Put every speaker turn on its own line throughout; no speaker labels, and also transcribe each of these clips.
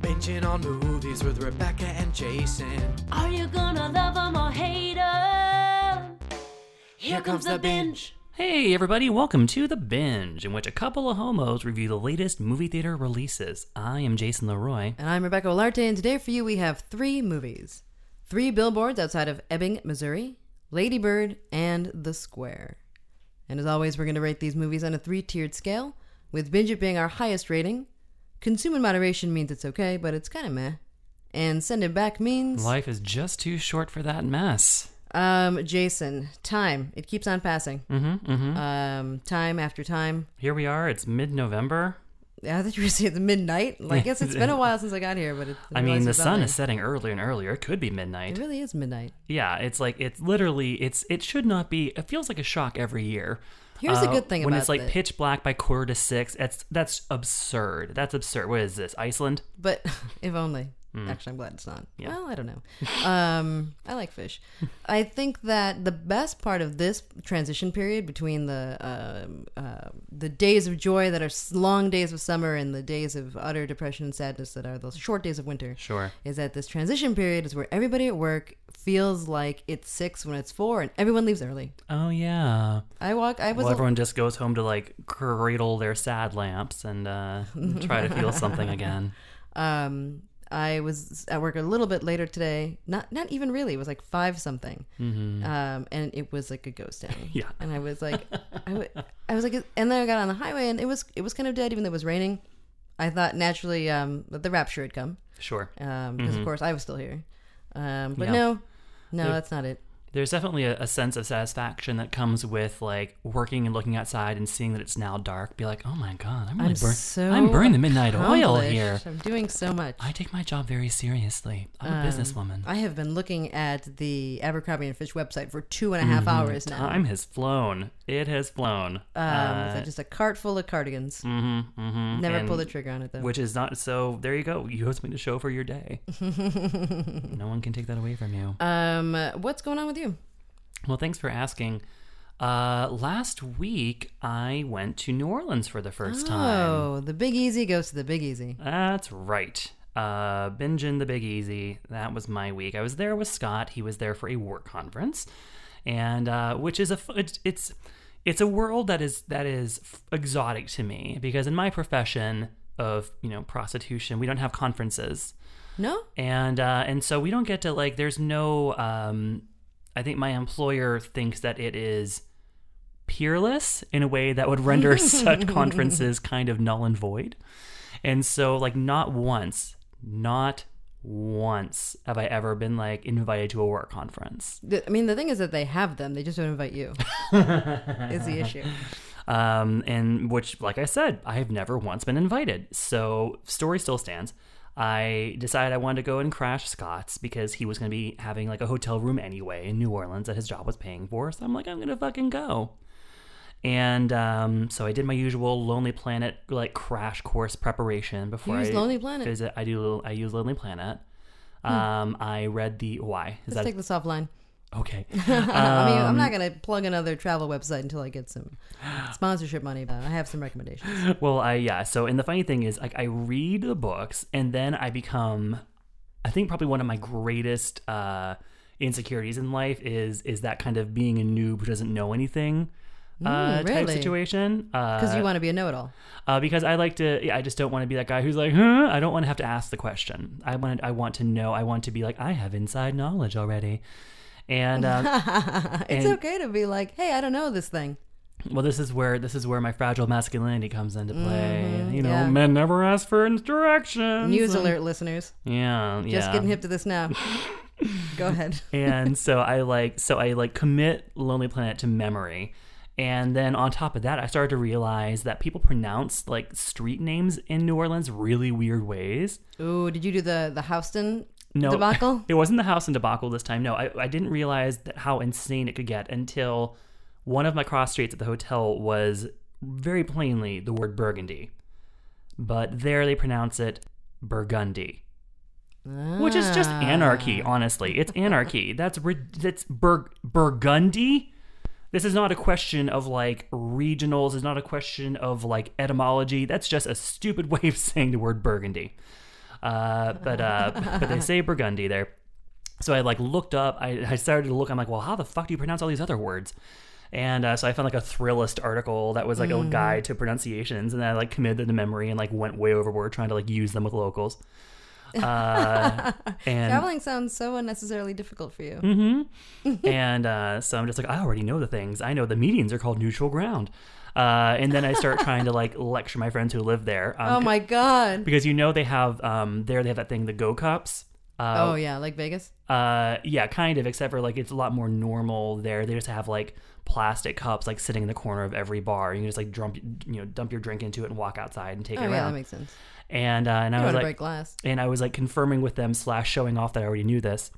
binging on movies with Rebecca and Jason.
Are you gonna love 'em or hate 'em? Here comes the binge.
Hey, everybody, welcome to The Binge, in which a couple of homos review the latest movie theater releases. I am Jason Leroy.
And I'm Rebecca Olarte, and today for you we have three movies Three Billboards Outside of Ebbing, Missouri, Lady Bird, and The Square. And as always, we're going to rate these movies on a three tiered scale, with Binge It being our highest rating. Consume in moderation means it's okay, but it's kind of meh. And send it back means.
Life is just too short for that mess.
Um, Jason, time. It keeps on passing.
Mm-hmm, mm-hmm.
Um, time after time.
Here we are, it's mid November.
I thought you were saying it's midnight. Like, I guess it's been a while since I got here, but it,
I mean,
realized
the
it's on
sun
there.
is setting earlier and earlier. It could be
It
midnight.
really is midnight.
Yeah, it's like, it's literally, it's it should not be, it feels like a shock every year.
Here's the
Uh,
good thing
when
about
it's like
it.
pitch black by quarter to six. That's that's absurd. That's absurd. What is this? Iceland?
but if only. Actually, I'm glad it's not.
Hmm. Yeah.
Well, I don't know. Um, I like fish. I think that the best part of this transition period between the um uh, the days of joy that are s- long days of summer and the days of utter depression and sadness that are those short days of winter
Sure.
is that this transition period is where everybody at work feels like it's six when it's four and everyone leaves early.
Oh yeah.
I walk. I was.
Well,
a-
everyone just goes home to like cradle their sad lamps and uh, try to feel something again.
Um, I was at work a little bit later today. Not not even really. It was like five something. Um, and it was like a ghost town.
Mm-hmm. Yeah.
And I was like, I, w- I was like, and then I got on the highway and it was it was kind of dead, even though it was raining. I thought naturally um, that the rapture had come
Sure.
because of course I was still here. Um, but
Mm-hmm. Yeah.
no, no,
There-
that's not it.
There's definitely a, a sense of satisfaction that comes with like working and looking outside and seeing that it's now dark. Be like, oh my god, I'm really
I'm
burn-
so.
I'm burning the midnight oil
accomplished.
here.
I'm doing so much.
I take my job very seriously. I'm a businesswoman.
I have been looking at the Abercrombie and Fish website for two and a half hours now.
Mm-hmm. Time has flown. It has flown. Uh,
Um, so just a cart full of cardigans.
mm-hmm, mm-hmm.
Never
and,
pull the trigger on it though.
Which is not so. There you go. You have something to show for your day. no one can take that away from you.
um, uh, what's going on with you?
Well, thanks for asking. Uh, last week I went to New Orleans for the first time.
Oh, the Big Easy goes to the Big Easy.
That's right. Uh, binging the Big Easy. That was my week. I was there with Scott. He was there for a work conference, and uh, which is a f- it's- it's it's a world that is that is f- exotic to me because in my profession of you know prostitution, we don't have conferences.
No,
and uh, and so we don't get to like there's no um, i think my employer thinks that it is peerless in a way that would render such conferences kind of null and void and so like not once not once have i ever been like invited to a work conference
The- I mean the thing is that they have them. They just don't invite you. is the issue?
um, and which, like I said, I have never once been invited. So story still stands. I decided I wanted to go and crash Scott's because he was going to be having like a hotel room anyway in New Orleans that his job was paying for. So I'm like, I'm going to fucking go. And um, so I did my usual Lonely Planet like crash course preparation before
Use
I
Lonely Planet. Hmm.
visit. I do. I use Lonely Planet. Um, I read the why is
Let's
that
take this offline.
okay?
I mean,
Um,
I'm not gonna plug another travel website until I get some sponsorship money. But I have some recommendations.
Well, I yeah. So, and the funny thing is, like, I read the books, and then I become, I think probably one of my greatest uh, insecurities in life is is that kind of being a noob who doesn't know anything uh, type
Mm, really?
situation.
Because
Uh,
you want to be a know-it-all.
uh, because I like to, yeah, I just don't want to be that guy who's like, huh? I don't want to have to ask the question. I want, I want to know. I want to be like, I have inside knowledge already. And um,
It's
and-
okay to be like, hey, I don't know this thing.
Well, this is where this is where my fragile masculinity comes into play. you know,
Mm-hmm. yeah.
men never ask for instructions.
News alert, listeners.
Yeah, yeah.
Just getting hip to this now. Go ahead.
and so I like so I like commit Lonely Planet to memory. And then on top of that, I started to realize that people pronounce like street names in New Orleans really weird ways.
Ooh, did you do the the Houston
No,
debacle?
it wasn't the house and debacle this time. No, I, I didn't realize that how insane it could get until one of my cross streets at the hotel was very plainly the word Burgundy, but there they pronounce it Burgundy. which is
Ah.
just anarchy. Honestly, it's anarchy. That's rid- that's Bur- Burgundy. This is not a question of like regionals. It's not a question of like etymology. That's just a stupid way of saying the word Burgundy. Uh, but uh, but they say Burgundy there. So I like looked up. I, I started to look. I'm like, well, how the fuck do you pronounce all these other words? And uh, so I found like a Thrillist article that was like
Mm.
a guide to pronunciations, and I like committed them to memory and like went way overboard trying to like use them with locals. Uh, and
Traveling sounds so unnecessarily difficult for you.
Mm-hmm. and uh, so I'm just like, I already know the things. I know the medians are called neutral ground. Uh, and then I start trying to like lecture my friends who live there. Um,
Oh my god.
because you know they have um there they have that thing the go cups uh,
Oh yeah, like Vegas.
uh yeah kind of except for like it's a lot more normal there they just have like plastic cups like sitting in the corner of every bar you can just like dump you know dump your drink into it and walk outside and take
Oh
it
yeah, that
around
makes sense.
and uh, and I
You
was
want to
like
break glass?
and I was like confirming with them slash showing off that I already knew this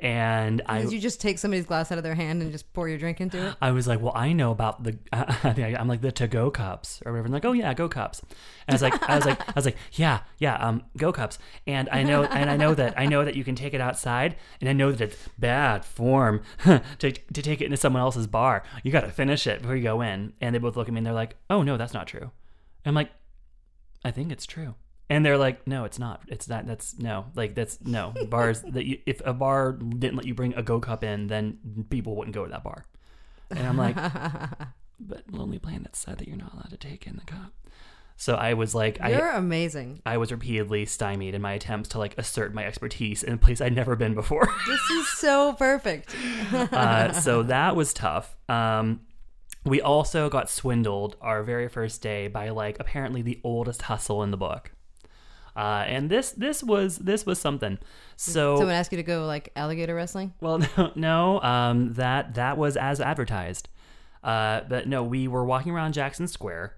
and I
Did you just take somebody's glass out of their hand and just pour your drink into it?
I was like, well, I know about the. I'm like the to-go cups or whatever. And like, oh yeah, go cups. And I was like, I was like, I was like, yeah, yeah, um, go cups. And I know, and I know that I know that you can take it outside, and I know that it's bad form to to take it into someone else's bar. You got to finish it before you go in. And they both look at me and they're like, oh no, that's not true. I'm like, I think it's true. And they're like, no, it's not. It's not. That's no. Like that's no bars. That you, if a bar didn't let you bring a go cup in, then people wouldn't go to that bar. And I'm like, but Lonely Planet said that you're not allowed to take in the cup. So I was like, I,
You're amazing.
I was repeatedly stymied in my attempts to like assert my expertise in a place I'd never been before.
This is so perfect.
uh, so that was tough. Um, we also got swindled our very first day by like apparently the oldest hustle in the book. Uh, and this this was this was something. So
Someone asked you to go like alligator wrestling?
well, no, no um, that that was as advertised. Uh, but no, we were walking around Jackson Square,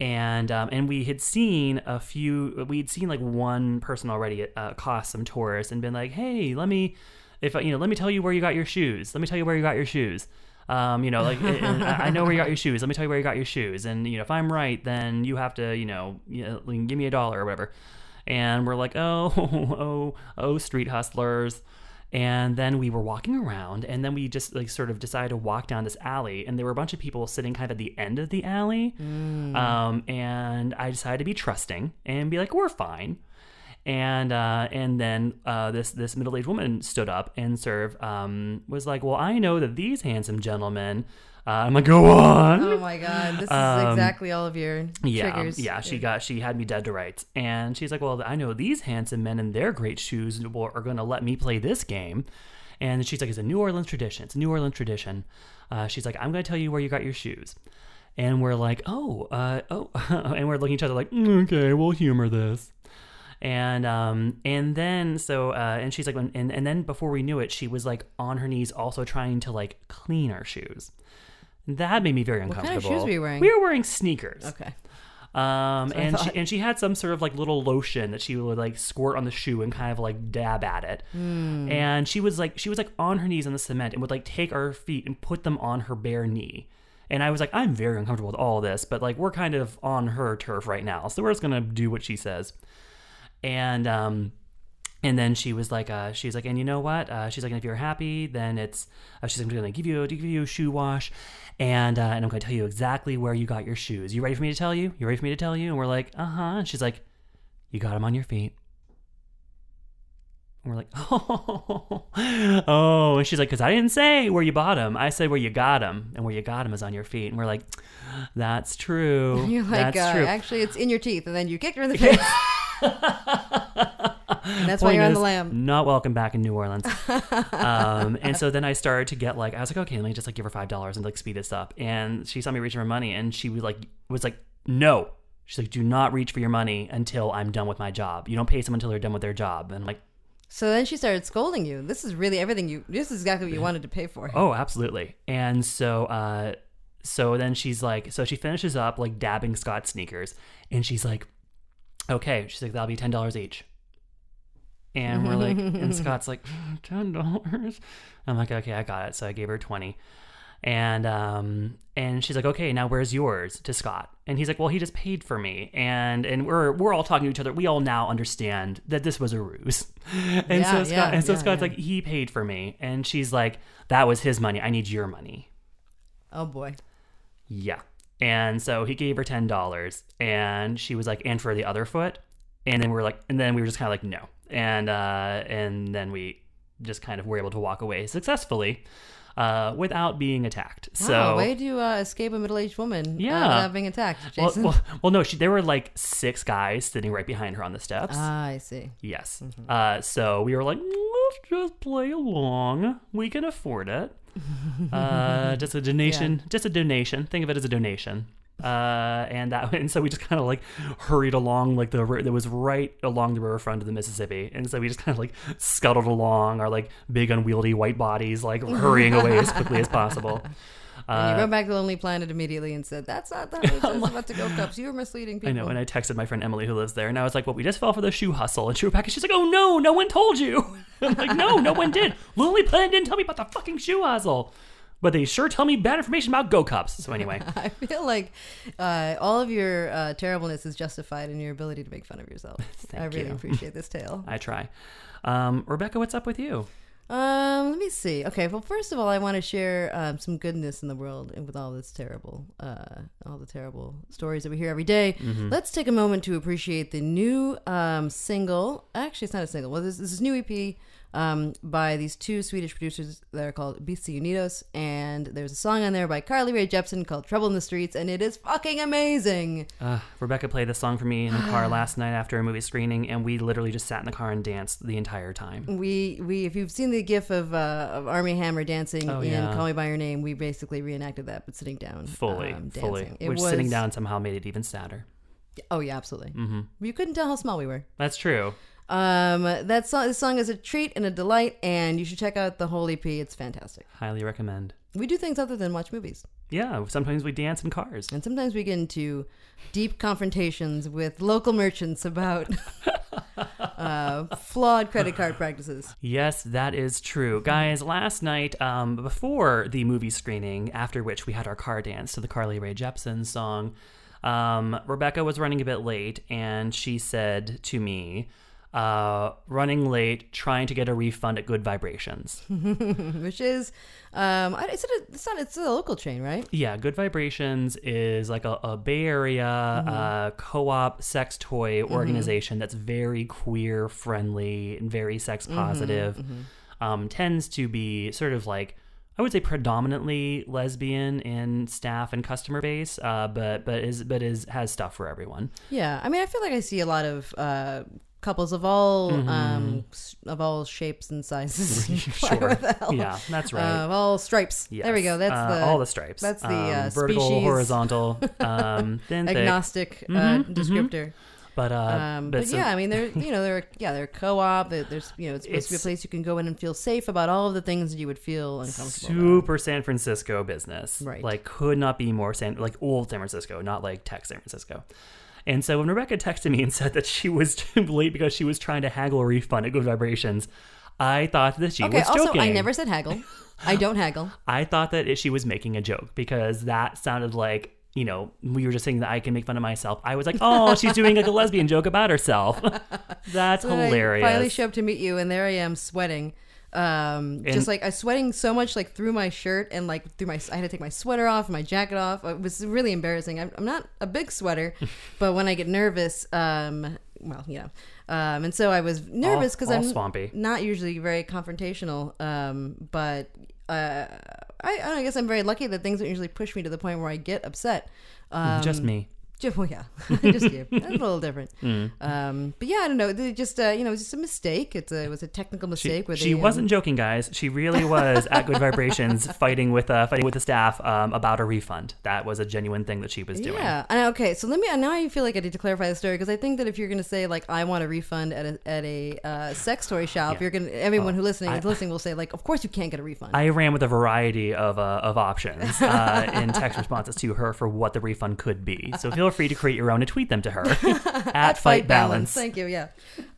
and um, and we had seen a few. We'd seen like one person already uh, cost some tourists and been like, "Hey, let me, if I- you know, let me tell you where you got your shoes. Let me tell you where you got your shoes." Um, you know, like and- and I I know where you got your shoes. Let me tell you where you got your shoes. And you know, if I'm right, then you have to, you know, you know, like, give me a dollar or whatever. And we're like, oh, oh, oh, street hustlers. And then we were walking around, and then we just like sort of decided to walk down this alley, and there were a bunch of people sitting kind of at the end of the alley. Um, and I decided to be trusting and be like, we're fine. And uh, and then uh, this this middle aged woman stood up and served um, was like, well, I know that these handsome gentlemen. Uh, I'm like, go on.
Oh my god, this is exactly all of your
Um, Yeah, um,
triggers.
yeah. She got she had me dead to rights, and she's like, "Well, I know these handsome men in their great shoes will, are going to let me play this game." And she's like, "It's a New Orleans tradition. It's a New Orleans tradition." Uh, she's like, "I'm going to tell you where you got your shoes," and we're like, "Oh, uh, oh," and we're looking at each other like, "Mm, "Okay, we'll humor this." And um and then so uh and she's like and and then before we knew it she was like on her knees also trying to like clean our shoes. That made me very
kind of
uncomfortable.
shoes were you wearing?
We were wearing sneakers.
Okay.
Um,
I
and she,
thought.
and she had some sort of like little lotion that she would like squirt on the shoe and kind of like dab at it.
Hmm.
And she was like she was like on her knees on the cement and would like take our feet and put them on her bare knee. And I was like, I'm very uncomfortable with all this, but like we're kind of on her turf right now, so we're just gonna do what she says. And um, and then she was like, uh, she's like, and you know what? Uh, she's like, and if you're happy, then it's, uh, she's like, I'm gonna give you, give you a shoe wash, and uh, and I'm gonna tell you exactly where you got your shoes. You ready for me to tell you? You ready for me to tell you? And we're like, uh huh. And she's like, you got them on your feet. And we're like, oh, oh. And she's like, because I didn't say where you bought them. I said where you got them, and where you got them is on your feet. And we're like, that's true.
You're like,
that's
uh,
true.
actually, it's in your teeth, and then you kicked her in the face. And that's why
Point
you're on the
is,
lamb.
Not welcome back in New Orleans. um, and so then I started to get like I was like, okay, let me just like give her five dollars and like speed this up. And she saw me reaching for money, and she was like, was like, no. She's like, do not reach for your money until I'm done with my job. You don't pay someone until they're done with their job. And I'm like,
So then she started scolding you. This is really everything you. This is exactly what you wanted to pay for.
Oh, absolutely. And so, uh, so then she's like, so she finishes up like dabbing Scott's sneakers, and she's like, okay, she's like, that'll be ten dollars each. And we're like, and Scott's like, "Mm, ten dollars. I'm like, okay, I got it. So I gave her twenty, and um, and she's like, okay, now where's yours to Scott? And he's like, well, he just paid for me, and and we're we're all talking to each other. We all now understand that this was a ruse, and
Yeah,
so Scott,
yeah,
and so
yeah,
Scott's
yeah.
like, he paid for me, and she's like, that was his money. I need your money.
Oh boy.
Yeah. And so he gave her ten dollars, and she was like, and for the other foot, and then we were like, and then we were just kind of like, no, and uh, and then we just kind of were able to walk away successfully, uh, without being attacked.
Wow,
so
way to uh, escape a middle-aged woman
Yeah.
uh, without being attacked,
well,
Jason.
well, well, no, she, there were like six guys sitting right behind her on the steps.
Ah, I see.
yes. Uh, so we were like, let's just play along. We can afford it. Uh, just a donation. Just a donation. Think of it as a donation. Uh, and that, and so we just kind of like hurried along, like the ri- that was right along the riverfront of the Mississippi, and so we just kind of like scuttled along, our like big unwieldy white bodies, like hurrying away as quickly as possible. uh,
And you wrote back to Lonely Planet immediately and said, "That's not that. It's about to go cups. You were misleading people."
I know. And I texted my friend Emily who lives there, and I was like, "Well, we just fell for the shoe hustle." And she wrote back, and she's like, "Oh no, no one told you." I'm like, "No, no one did. Lonely Planet didn't tell me about the fucking shoe hustle, but they sure tell me bad information about Go Cups." So anyway,
I feel like uh, all of your uh, terribleness is justified in your ability to make fun of yourself. I
Thank
really
you.
appreciate this tale.
I try. Um, Rebecca, what's up with you?
Um, let me see. Okay, well, first of all, I want to share um, some goodness in the world and with all this terrible, uh, all the terrible stories that we hear every day. Let's take a moment to appreciate the new um, single. Actually, it's not a single. Well, this, this is a new EP um, by these two Swedish producers that are called BC Unidos, and there's a song on there by Carly Rae Jepsen called "Trouble in the Streets," and it is fucking amazing.
Uh, Rebecca played this song for me in the car last night after a movie screening, and we literally just sat in the car and danced the entire
Mm,
time.
we we if you've seen the gif of uh, of Army Hammer dancing
Oh,
in
yeah.
Call Me by Your Name, we basically reenacted that, but sitting down,
Fully,
um, dancing.
fully.
It
Which
was,
sitting down Mm-hmm. somehow made it even sadder.
Oh yeah, absolutely. You couldn't tell how small we were.
That's true.
Um, that song, this song is a treat and a delight, and you should check out the whole EP. It's fantastic.
Highly recommend.
We do things other than watch movies,
Yeah, sometimes we dance in cars.
and sometimes we get into deep confrontations with local merchants about uh, flawed credit card practices.
Yes, that is true. Guys, last night, um, before the movie screening, after which we had our car dance to the Carly Rae Jepsen song, um, Rebecca was running a bit late and she said to me, uh, running late, trying to get a refund at Good Vibrations.
Which is, um, I- is it a, it's not it's a local chain, right?
Yeah, Good Vibrations is like a, a Bay Area
Mm-hmm.
uh, co op sex toy organization that's very queer friendly and very sex
Mm-hmm.
positive. Um, tends to be sort of like, I would say predominantly lesbian in staff and customer base, uh, but but is but is has stuff for everyone.
Yeah, I mean, I feel like I see a lot of uh, couples of all um, s- of all shapes and sizes.
Mm-hmm. Sure, yeah, that's right.
Uh, of all stripes. There we
Yes.
go. That's
Uh,
the
all the stripes.
that's the,
Um,
uh,
vertical,
species-
horizontal, um, thin, thick.
agnostic uh, descriptor.
But uh,
Um, but
so-
yeah, I mean, they're you know they're yeah they're co-op. They're, there's you know it's supposed to be a
It's-
place you can go in and feel safe about all of the things that you would feel uncomfortable. about.
super San Francisco business.
Right.
Like could not be more San like old San Francisco, not like tech San Francisco. And so when Rebecca texted me and said that she was too late because she was trying to haggle a refund at Good Vibrations, I thought that she
Okay.
was
Also,
joking.
I never said haggle. I don't haggle.
I thought that she was making a joke because that sounded like you know we were just saying that I can make fun of myself. I was like, oh, she's doing like a lesbian joke about herself. That's
And I
hilarious.
finally show up to meet you, and there I am sweating. Um,
And-
just like I was sweating so much, like through my shirt and like through my, I had to take my sweater off, and my jacket off. It was really embarrassing. I'm, I'm not a big sweater, but when I get nervous, um, well, you know, um, and so I was nervous because
all
I'm
swampy.
not usually very confrontational. Um, but uh, I, I, don't know, I guess I'm very lucky that things don't usually push me to the point where I get upset. Um,
Mm, just me.
just, well, yeah, just you. That's a little different.
Mm.
Um, but yeah, I don't know. They just uh, you know, it was just a mistake. It's a, it was a technical mistake. where
She
they, um,
wasn't joking, guys. She really was at Good Vibrations fighting with uh, fighting with the staff um, about a refund. That was a genuine thing that she was doing.
Yeah. And, okay. So let me. Now I feel like I need to clarify the story because I think that if you're going to say like I want a refund at a at a uh, sex toy shop,
Yeah. Oh,
you're going to everyone who listening
I-
is listening will say like, of course you can't get a refund.
I ran with a variety of, uh, of options uh, in text responses to her for what the refund could be. So feel free to create your own and tweet them to her at, Fight Balance.
Thank you. Yeah.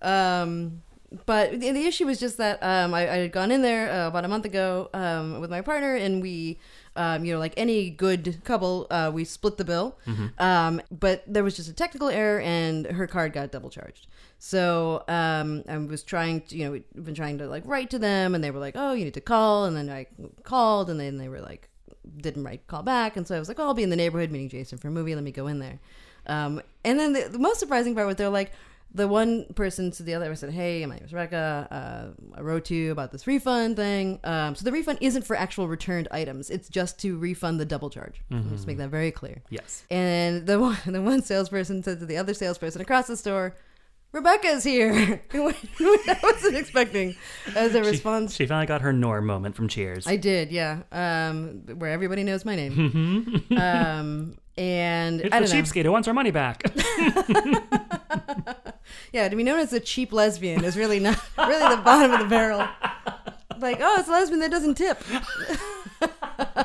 Um, but the the issue was just that um, I, I had gone in there uh, about a month ago um, with my partner, and we, um, you know, like any good couple, uh, we split the bill.
Mm-hmm.
Um, but there was just a technical error, and her card got double charged. So um, I was trying to, you know, we've been trying to like write to them, and they were like, "Oh, you need to call," and then I called, and then they were like, didn't write call back, and so I was like, "Oh, I'll be in the neighborhood meeting Jason for a movie. Let me go in there." Um, and then the, the most surprising part was they're like, the one person to the other said, "Hey, my name is Rebecca. Uh, I wrote to you about this refund thing. Um, so the refund isn't for actual returned items; it's just to refund the double charge. Just make that very clear."
Yes.
And the one, the one salesperson said to the other salesperson across the store, "Rebecca's here," which I wasn't expecting as a response.
She finally got her Norm moment from Cheers.
I did, yeah. Um, where everybody knows my name. um, and
Mm-hmm. it's
I
the
don't know.
cheapskate who wants her money back.
Yeah, to be known as a cheap lesbian is really not really the bottom of the barrel. Like, oh, it's a lesbian that doesn't tip. but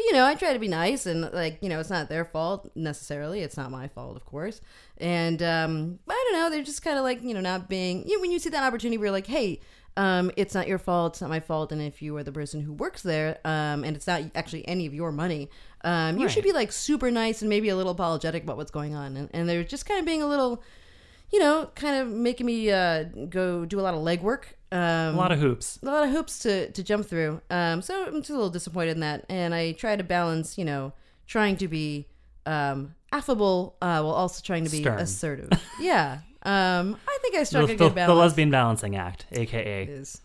you know, I try to be nice and like, you know, it's not their fault necessarily. It's not my fault, of course. And um, but I don't know, they're just kind of like, you know, not being. You know, when you see that opportunity, where you're like, hey. Um, it's not your fault. It's not my fault. And if you are the person who works there, um, and it's not actually any of your money, um, you should
Right.
be like super nice and maybe a little apologetic about what's going on. And, and they're just kind of being a little, you know, kind of making me uh, go do a lot of legwork. Um,
a lot of hoops.
a lot of hoops to, to jump through. Um, so I'm just a little disappointed in that. And I try to balance, you know, trying to be um, affable uh, while also trying to be
Stern.
assertive. yeah. Um, I think I
The,
struck a
the-
good
the
balance.
lesbian balancing act, aka.
is.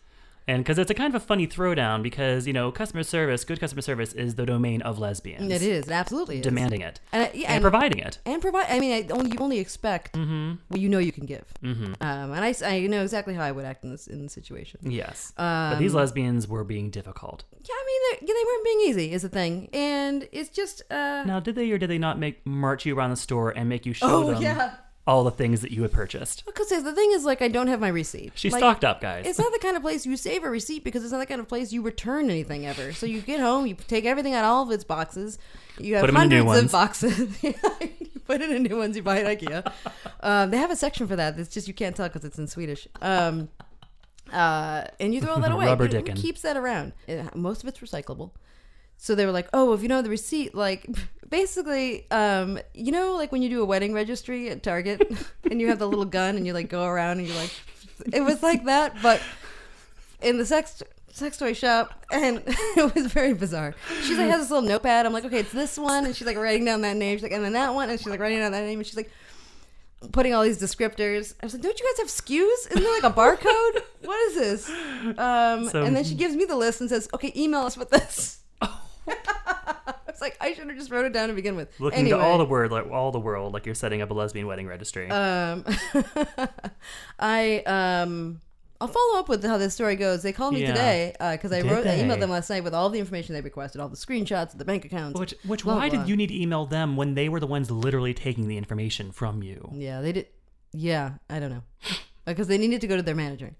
And because it's a kind of a funny throwdown because, you know, customer service, good customer service is the domain of lesbians.
It is. It absolutely is.
Demanding it
And, I- yeah,
and,
and-
providing it.
and provide. I mean, I only, you only expect what you know you can give. Mm-hmm. Um, and I, s- I know exactly how I would act in this in this situation.
Yes. but
Um,
these lesbians were being difficult.
Yeah, I mean, they're- yeah, they weren't being easy is the thing, and it's just. Uh,
Now, did they or did they not make march you around the store and make you show
Oh,
them
yeah.
all the things that you had purchased?
Because the thing is, like, I don't have my receipt.
She
like,
stocked up, guys.
It's not the kind of place you save a receipt because it's not the kind of place you return anything ever. So you get home, you take everything out of all of its boxes. You have
Put 'em in new
hundreds
ones.
of boxes. you put it in new ones you buy at IKEA. um, they have a section for that. It's just you can't tell because it's in Swedish. Um, uh, and you throw all that away.
Rubber
Who- who
dickin'.
keeps that around? It- most of it's recyclable. So they were like, "Oh, if you know the receipt, like basically, um, you know, like when you do a wedding registry at Target, and you have the little gun, and you like go around, and you like, it was like that, but in the sex sex toy shop, and it was very bizarre. She's like has this little notepad. I'm like, okay, it's this one, and she's like writing down that name. She's like, and then that one, and she's like writing down that name, and she's like putting all these descriptors. I was like, don't you guys have SKUs? Isn't there like a barcode? what is this? Um,
So-
and then she gives me the list and says, okay, email us with this. I was like, I should have just wrote it down to begin with.
Looking to all the word, like all the world, like you're setting up a lesbian wedding registry.
Um, I um, I'll follow up with how this story goes. They called me
Yeah.
today because I
Did
wrote, I
they?
emailed them last night with all the information they requested, all the screenshots, the bank accounts.
which, which,
blah,
why
blah.
did you need to email them when they were the ones literally taking the information from you?
Yeah, they did. Yeah, I don't know because they needed to go to their manager.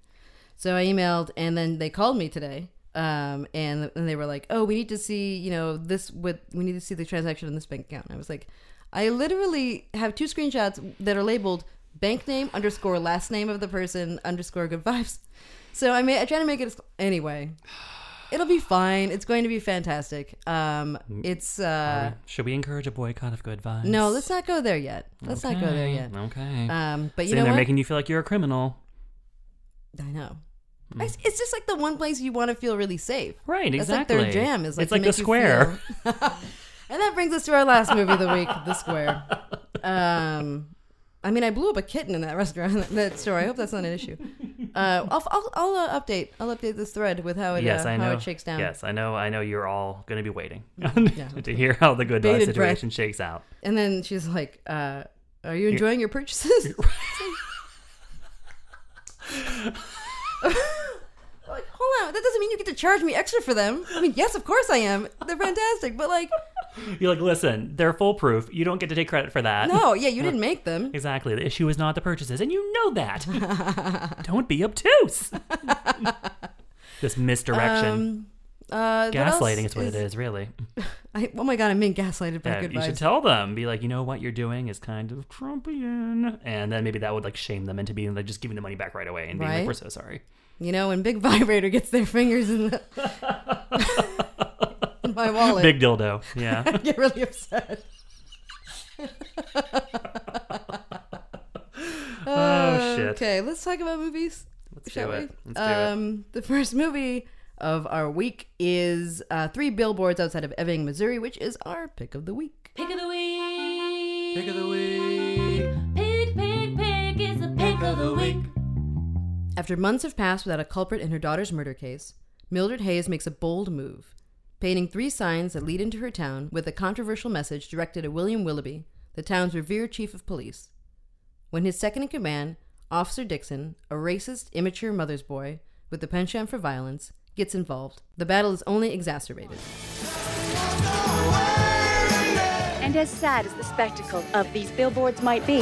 So I emailed, and then they called me today. Um, and, and they were like, "Oh, we need to see, you know, this with we need to see the transaction in this bank account." And I was like, "I literally have two screenshots that are labeled bank name underscore last name of the person underscore good vibes." So I made I try to make it as- anyway. It'll be fine. It's going to be fantastic. Um,
Mm.
it's uh,
Should we encourage a boycott of good vibes?
no, let's not go there yet. Let's not go there
Okay,
yet.
Okay.
Um, but you
Seeing
know
they're
what?
making you feel like you're a criminal.
I know.
Mm.
It's, it's just like the one place you want to feel really safe.
Right,
That's
exactly.
like their jam is like
it's
to
like the
make you
square.
feel- and that brings us to our last movie of the week, The Square. Um, I mean, I blew up a kitten in that restaurant, that, store. I hope that's not an issue. Uh, I'll, I'll, I'll uh, update. I'll update this thread with how it
yes,
uh,
I know.
how it shakes down. Mm-hmm.
Yes, I know. I know you're all going to be waiting
Yeah.
to hear how the good
Bated
vibes situation shakes out.
And then she's like, uh, "Are you enjoying your purchases?" like, hold on, that doesn't mean you get to charge me extra for them. I mean, yes, of course I am. They're fantastic, but like,
You're like, listen, they're foolproof. You don't get to take credit for that.
no, yeah, you didn't make them.
Exactly. The issue is not the purchases, and you know that. don't be obtuse. this misdirection.
Um, uh, what else
Gaslighting is what it is, really.
I, oh my god, I'm being gaslighted by
Yeah,
good
you should
vibes.
tell them. Be like, you know what you're doing is kind of Trumpian. And then maybe that would like shame them into being like just giving the money back right away and being like,
Right.
we're so sorry.
you know, when Big Vibrator gets their fingers in, the, in my wallet,
Big dildo. Yeah.
I get really upset.
oh, shit.
Okay, let's talk about movies.
Let's
shall
do
we?
it. Let's do it.
um, The first movie of our week is uh, Three Billboards Outside of Ebbing, Missouri, which is our pick of the week.
Pick of the week.
Pick of the week.
Pick, pick, pink is the pink of the week.
After months have passed without a culprit in her daughter's murder case, Mildred Hayes makes a bold move, painting three signs that lead into her town with a controversial message directed at William Willoughby, the town's revered chief of police. When his second in command, Officer Dixon, a racist, immature mother's boy with a penchant for violence, gets involved, the battle is only exacerbated.
And as sad as the spectacle of these billboards might be,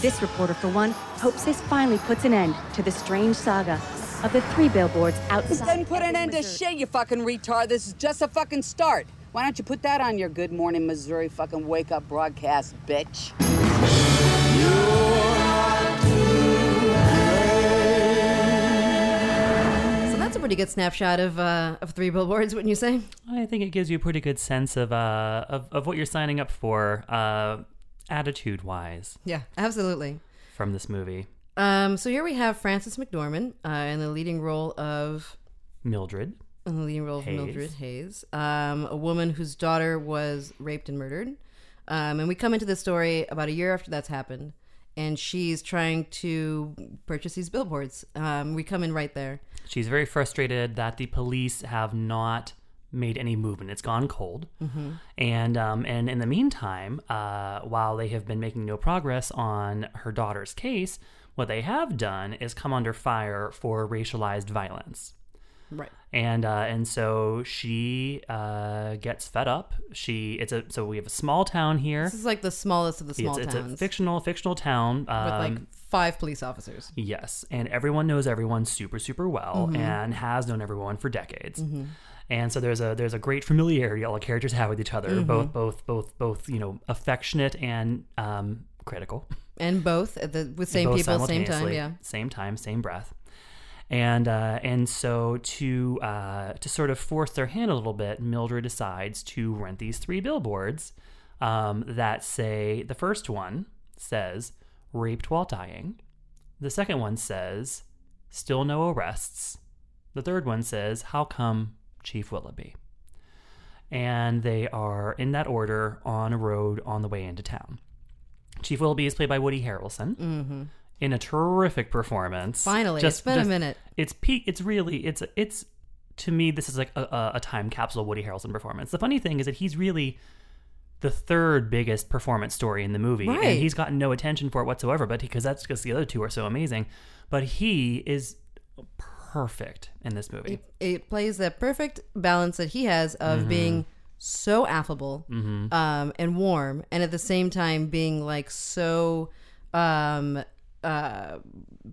this reporter, for one, hopes this finally puts an end to the strange saga of the three billboards
This
outside.
doesn't put an
Ebbing,
end to
Missouri.
shit, you fucking retard. This is just a fucking start. Why don't you put that on your Good Morning Missouri fucking wake up broadcast, bitch?
So that's a pretty good snapshot of uh, of three billboards, wouldn't you say?
I think it gives you a pretty good sense of uh of, of what you're signing up for, uh attitude wise
Yeah, absolutely.
from this movie.
Um, so here we have Frances McDormand uh, in the leading role of
Mildred.
in the leading role of
Hayes.
Mildred Hayes, um, a woman whose daughter was raped and murdered. Um, and we come into this story about a year after that's happened, and she's trying to purchase these billboards. Um, we come in right there.
She's very frustrated that the police have not made any movement. It's gone cold,
Mm-hmm.
and um, and in the meantime, uh, while they have been making no progress on her daughter's case, what they have done is come under fire for racialized violence.
Right.
and uh, and so she uh, gets fed up. She it's a so we have a small town here.
This is like the smallest of the small
it's,
towns.
it's a fictional fictional town. Um,
with like five police officers.
yes, and everyone knows everyone super super well,
Mm-hmm.
and has known everyone for decades. And so there's a there's a great familiarity all the characters have with each other,
Mm-hmm.
both both both both you know affectionate and um, critical.
And both at the with same
both
people, same time.
simultaneously,
Yeah.
same time, same breath. And uh, and so to uh, to sort of force their hand a little bit, Mildred decides to rent these three billboards um, that say the first one says "raped while dying," the second one says "still no arrests," the third one says "how come Chief Willoughby," and they are in that order on a road on the way into town. Chief Willoughby is played by Woody Harrelson in a terrific performance.
Mm-hmm. Finally, it's been a minute.
It's peak. It's really. It's it's to me. This is like a, a, a time capsule Woody Harrelson performance. The funny thing is that he's really the third biggest performance story in the movie,
Right.
and he's gotten no attention for it whatsoever. But because that's because the other two are so amazing, but he is perfect in this movie.
it plays that perfect balance that he has of
Mm-hmm.
being so affable um, and warm, and at the same time being like so um, uh,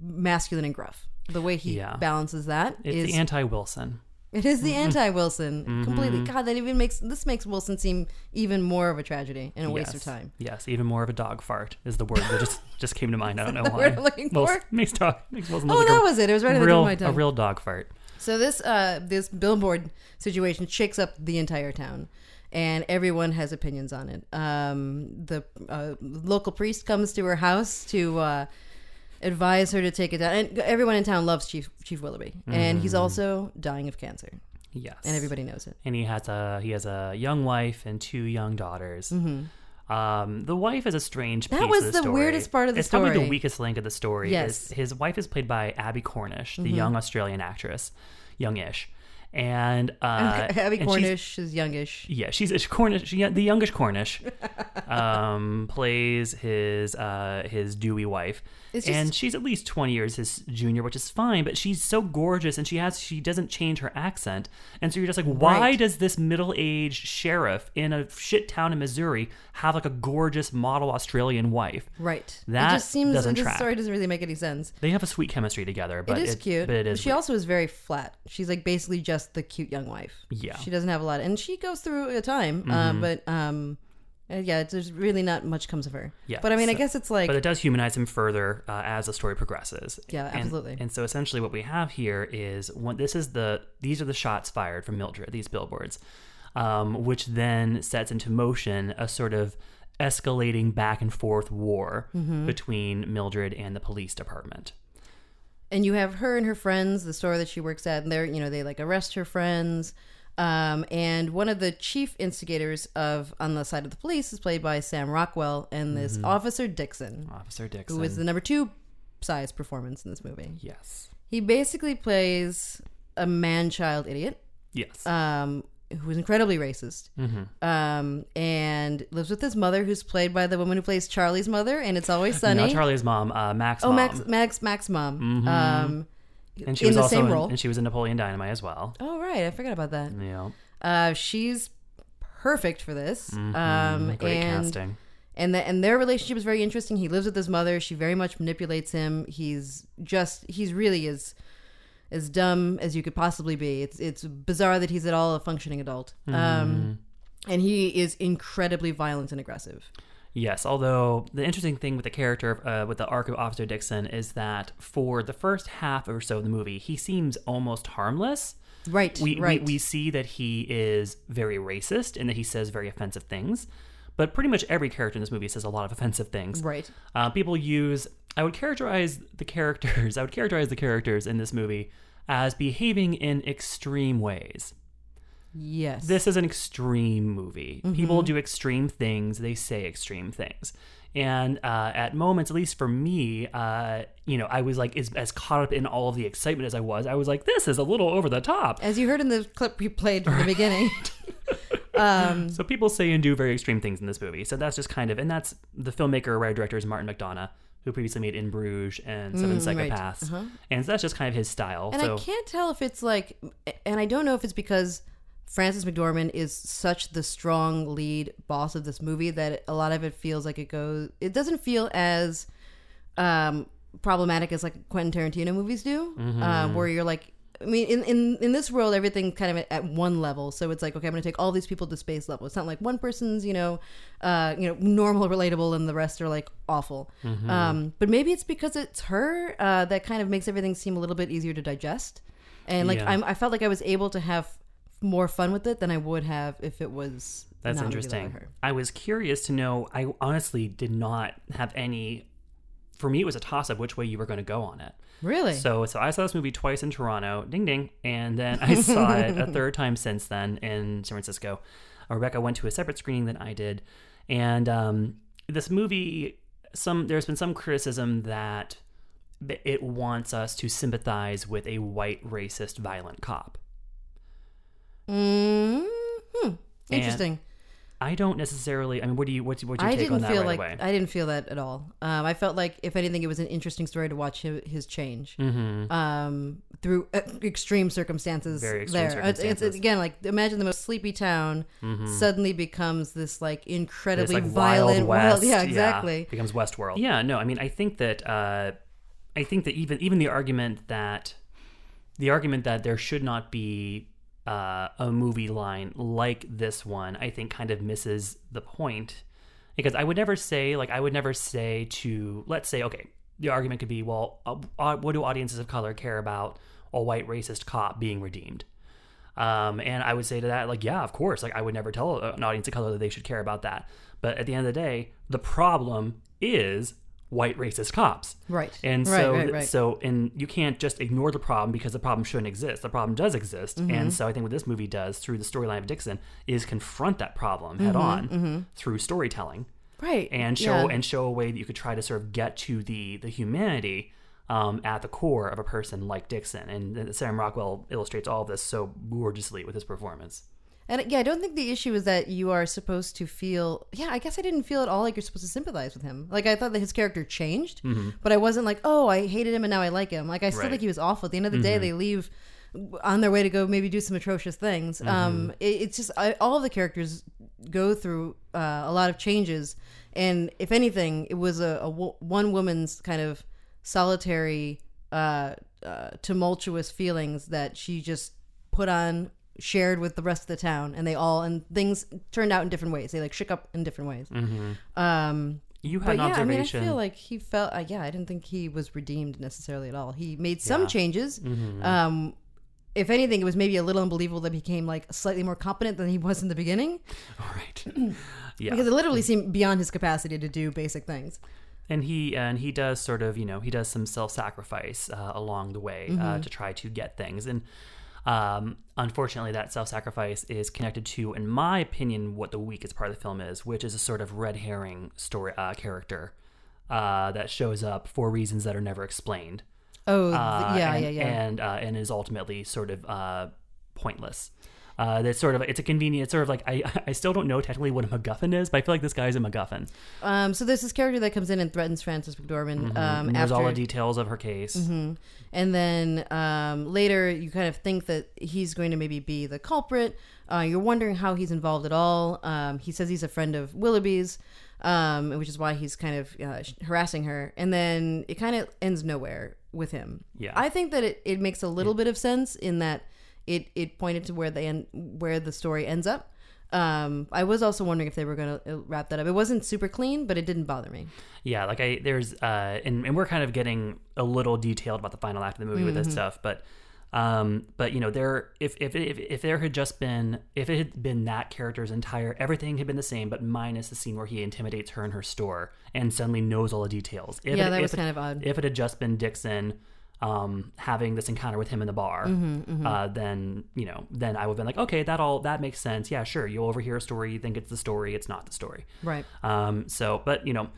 masculine and gruff. The way he
Yeah.
balances that
it's
is
the Mm-hmm. anti Wilson.
it is the anti Wilson completely.
Mm-hmm.
God, that even makes this makes Wilson seem even more of a tragedy and a waste of
Yes.
time.
Yes, even more of a dog fart is the word that just just came to mind. I don't know why.
word I'm looking
Wilson-
for?
Makes dog. Makes Wilson
Oh,
look like
that
a
was it. It was right at the tip
real,
of my
a
tongue.
real dog fart.
So this uh, this billboard situation shakes up the entire town, and everyone has opinions on it. Um, the uh, local priest comes to her house to uh, advise her to take it down, and everyone in town loves Chief Chief Willoughby, and he's
Mm-hmm.
also dying of cancer,
Yes,
and everybody knows it.
and he has a he has a young wife and two young daughters. Um, the wife is a strange.
Mm-hmm. That
piece
was
of
the
story.
weirdest part of the
it's probably
story.
the weakest link of the story.
Yes.
is
Mm-hmm.
his wife is played by Abby Cornish, the young Australian actress, youngish, and uh,
Abby
and she's-
Cornish is youngish.
Yeah, she's a Cornish. She, the youngish Cornish um, plays his uh, his Dewey wife,
It's just-
and she's at least twenty years his junior, which is fine. But she's so gorgeous, and she has she doesn't change her accent, and so you're just like, why
Right.
does this middle aged sheriff in a shit town in Missouri have like a gorgeous model Australian wife?
Right.
That
it just seems
doesn't
this
track.
story doesn't really make any sense.
They have a sweet chemistry together, but
It is cute.
But it is
she also is very flat. She's like basically just the cute young wife.
Yeah. Mm-hmm.
She doesn't have a lot, and she goes through a time. Uh, but um, uh, yeah, it's, there's really not much comes of her.
Yeah,
But I mean, I
so-
guess it's like
but it does humanize him further uh, as the story progresses.
Yeah,
And-
absolutely.
And, so essentially, what we have here is one. This is the these are the shots fired from Mildred. These billboards, um, which then sets into motion a sort of escalating back and forth war
Mm-hmm.
between Mildred and the police department.
and you have her and her friends, the store that she works at, and they're you know they like arrest her friends. Um, and one of the chief instigators of On the Side of the Police is played by Sam Rockwell and this
Mm-hmm.
Officer Dixon,
Officer Dixon.
who is the number two size performance in this movie.
yes.
He basically plays a man child idiot
Yes.
um, who is incredibly racist
Mm-hmm.
um, and lives with his mother, who's played by the woman who plays Charlie's mother, and it's always sunny.
Not Charlie's mom, uh, Max.
oh,
mom. Mm-hmm.
Max, Max, Max, mom. Um,
and she
in
was
the
also
same
in-
role.
and she was in Napoleon Dynamite as well.
oh, right, I forgot about that.
Yeah,
Uh, she's perfect for this. Um,
Mm-hmm. great
and,
casting.
And the, and their relationship is very interesting. He lives with his mother. She very much manipulates him. He's just he's really is as dumb as you could possibly be. It's it's bizarre that he's at all a functioning adult. Um,
Mm-hmm.
and he is incredibly violent and aggressive.
Yes, although the interesting thing with the character, of, uh, with the arc of Officer Dixon, is that for the first half or so of the movie, he seems almost harmless.
Right,
We,
right.
we, we see that he is very racist and that he says very offensive things. But pretty much every character in this movie says a lot of offensive things.
Right.
Uh, people use. I would characterize the characters. I would characterize the characters in this movie as behaving in extreme ways.
yes.
This is an extreme movie. People
Mm-hmm.
do extreme things. They say extreme things. And uh, at moments, at least for me, uh, you know, I was like as, as caught up in all of the excitement as I was. I was like, this is a little over the top.
as you heard in the clip we played from the beginning. um,
So people say and do very extreme things in this movie. So that's just kind of, and that's the filmmaker, writer, director is Martin McDonough, who previously made In Bruges and Seven
Mm, right. Uh-huh.
Psychopaths. And so that's just kind of his style.
and
so
I can't tell if it's like, and I don't know if it's because Francis McDormand is such the strong lead boss of this movie that a lot of it feels like it goes. It doesn't feel as um, problematic as like Quentin Tarantino movies do,
Mm-hmm.
um, where you're like. I mean, in, in, in this world, everything's kind of at one level. So it's like, okay, I'm going to take all these people to space level. It's not like one person's, you know, uh, you know, normal, relatable, and the rest are like awful.
Mm-hmm.
Um, but maybe it's because it's her uh, that kind of makes everything seem a little bit easier to digest. And like,
Yeah.
I'm, I felt like I was able to have more fun with it than I would have if it was.
That's
not a movie
interesting.
about Her.
I was curious to know. I honestly did not have any. For me, it was a toss up which way you were going to go on it.
Really?
So, so I saw this movie twice in Toronto, ding ding, and then I saw it a third time since then in San Francisco. Uh, Rebecca went to a separate screening than I did, and um, this movie, some there's been some criticism that it wants us to sympathize with a white racist violent cop.
hmm Interesting.
I don't necessarily. I mean, what do you what's, what's your
I
take on
didn't
that
feel
right
like
away?
I didn't feel that at all. Um, I felt like, if anything, it was an interesting story to watch his, his change um, through uh, extreme circumstances.
Mm-hmm. Very extreme
there, It's- It's,
circumstances. Mm-hmm.
again like imagine the most sleepy town suddenly becomes this like
It's
incredibly
like
violent
Wild West.
yeah, exactly.
Becomes Westworld. Yeah, no, I mean, I think that, uh, I think that even even the argument that the argument that there should not be uh, a movie line like this one, I think, kind of misses the point because I would never say like I would never say to let's say okay, the argument could be well, uh, uh, what do audiences of color care about a white racist cop being redeemed? Um, and I would say to that, like, yeah, of course. Like, I would never tell an audience of color that they should care about that. But at the end of the day, the problem is white racist cops.
Right.
And
Right,
so,
right, right.
so, and you can't just ignore the problem because the problem shouldn't exist. The problem does exist.
Mm-hmm.
And so I think what this movie does through the storyline of Dixon is confront that problem
Mm-hmm,
head on through storytelling
Right.
and show
yeah.
and show a way that you could try to sort of get to the the humanity um, at the core of a person like Dixon. And th- Sam Rockwell illustrates all of this so gorgeously with his performance.
And yeah, I don't think the issue is that you are supposed to feel. Yeah, I guess I didn't feel at all like you're supposed to sympathize with him. Like I thought that his character changed, but I wasn't like, oh, I hated him and now I like him. Like I still
Mm-hmm. Right.
think he was awful. At the end of the day, they leave on their way to go maybe do some atrocious things. Um, it, it's just I, all of the characters go through uh, a lot of changes, and if anything, it was a, a wo- one woman's kind of solitary, uh, uh, tumultuous feelings that she just put on shared with the rest of the town and they all and things turned out in different ways they like shook up in different ways um
You had
but
an
yeah i mean i
observation.
feel like he felt uh, yeah i didn't think he was redeemed necessarily at all he made some changes
Mm-hmm.
um if anything it was maybe a little unbelievable that he became like slightly more competent than he was in the beginning
right. yeah.
because it literally seemed beyond his capacity to do basic things
and he and he does
Mm-hmm.
sort of you know he does some self-sacrifice uh, along the way uh, to try to get things and Um, unfortunately, that self sacrifice is connected to, in my opinion, what the weakest part of the film is, which is a sort of red herring story uh, character uh, that shows up for reasons that are never explained.
Oh, th-
Uh,
yeah,
and,
yeah, yeah.
and uh, and is ultimately sort of uh, pointless. Uh, that's sort of it's a convenient. It's sort of like I I still don't know technically what a MacGuffin is, but I feel like this guy is a MacGuffin.
um, so there's this character that comes in and threatens Frances McDormand. Um,
Mm-hmm. And there's
after,
all
Mm-hmm.
the details of her case.
and then um, later you kind of think that he's going to maybe be the culprit. Uh, you're wondering how he's involved at all. Um, he says he's a friend of Willoughby's, um, which is why he's kind of uh, sh- harassing her. And then it kind of ends nowhere with him.
Yeah.
I think that it, it makes a little bit of sense in that it it pointed to where the end where the story ends up. Um, I was also wondering if they were going to wrap that up. It wasn't super clean, but it didn't bother me.
Yeah, like I there's uh and, and we're kind of getting a little detailed about the final act of the movie with
Mm-hmm.
this stuff, but um but you know there if if if if there had just been if it had been that character's entire everything had been the same but minus the scene where he intimidates her in her store and suddenly knows all the details. If
Yeah,
it,
that
if
was
it-
kind of odd.
If it had just been Dixon um having this encounter with him in the bar,
Mm-hmm,
uh then you know then I would have been like okay that all that makes sense yeah sure you'll overhear a story you think it's the story it's not the story
Right.
um, so, but you know,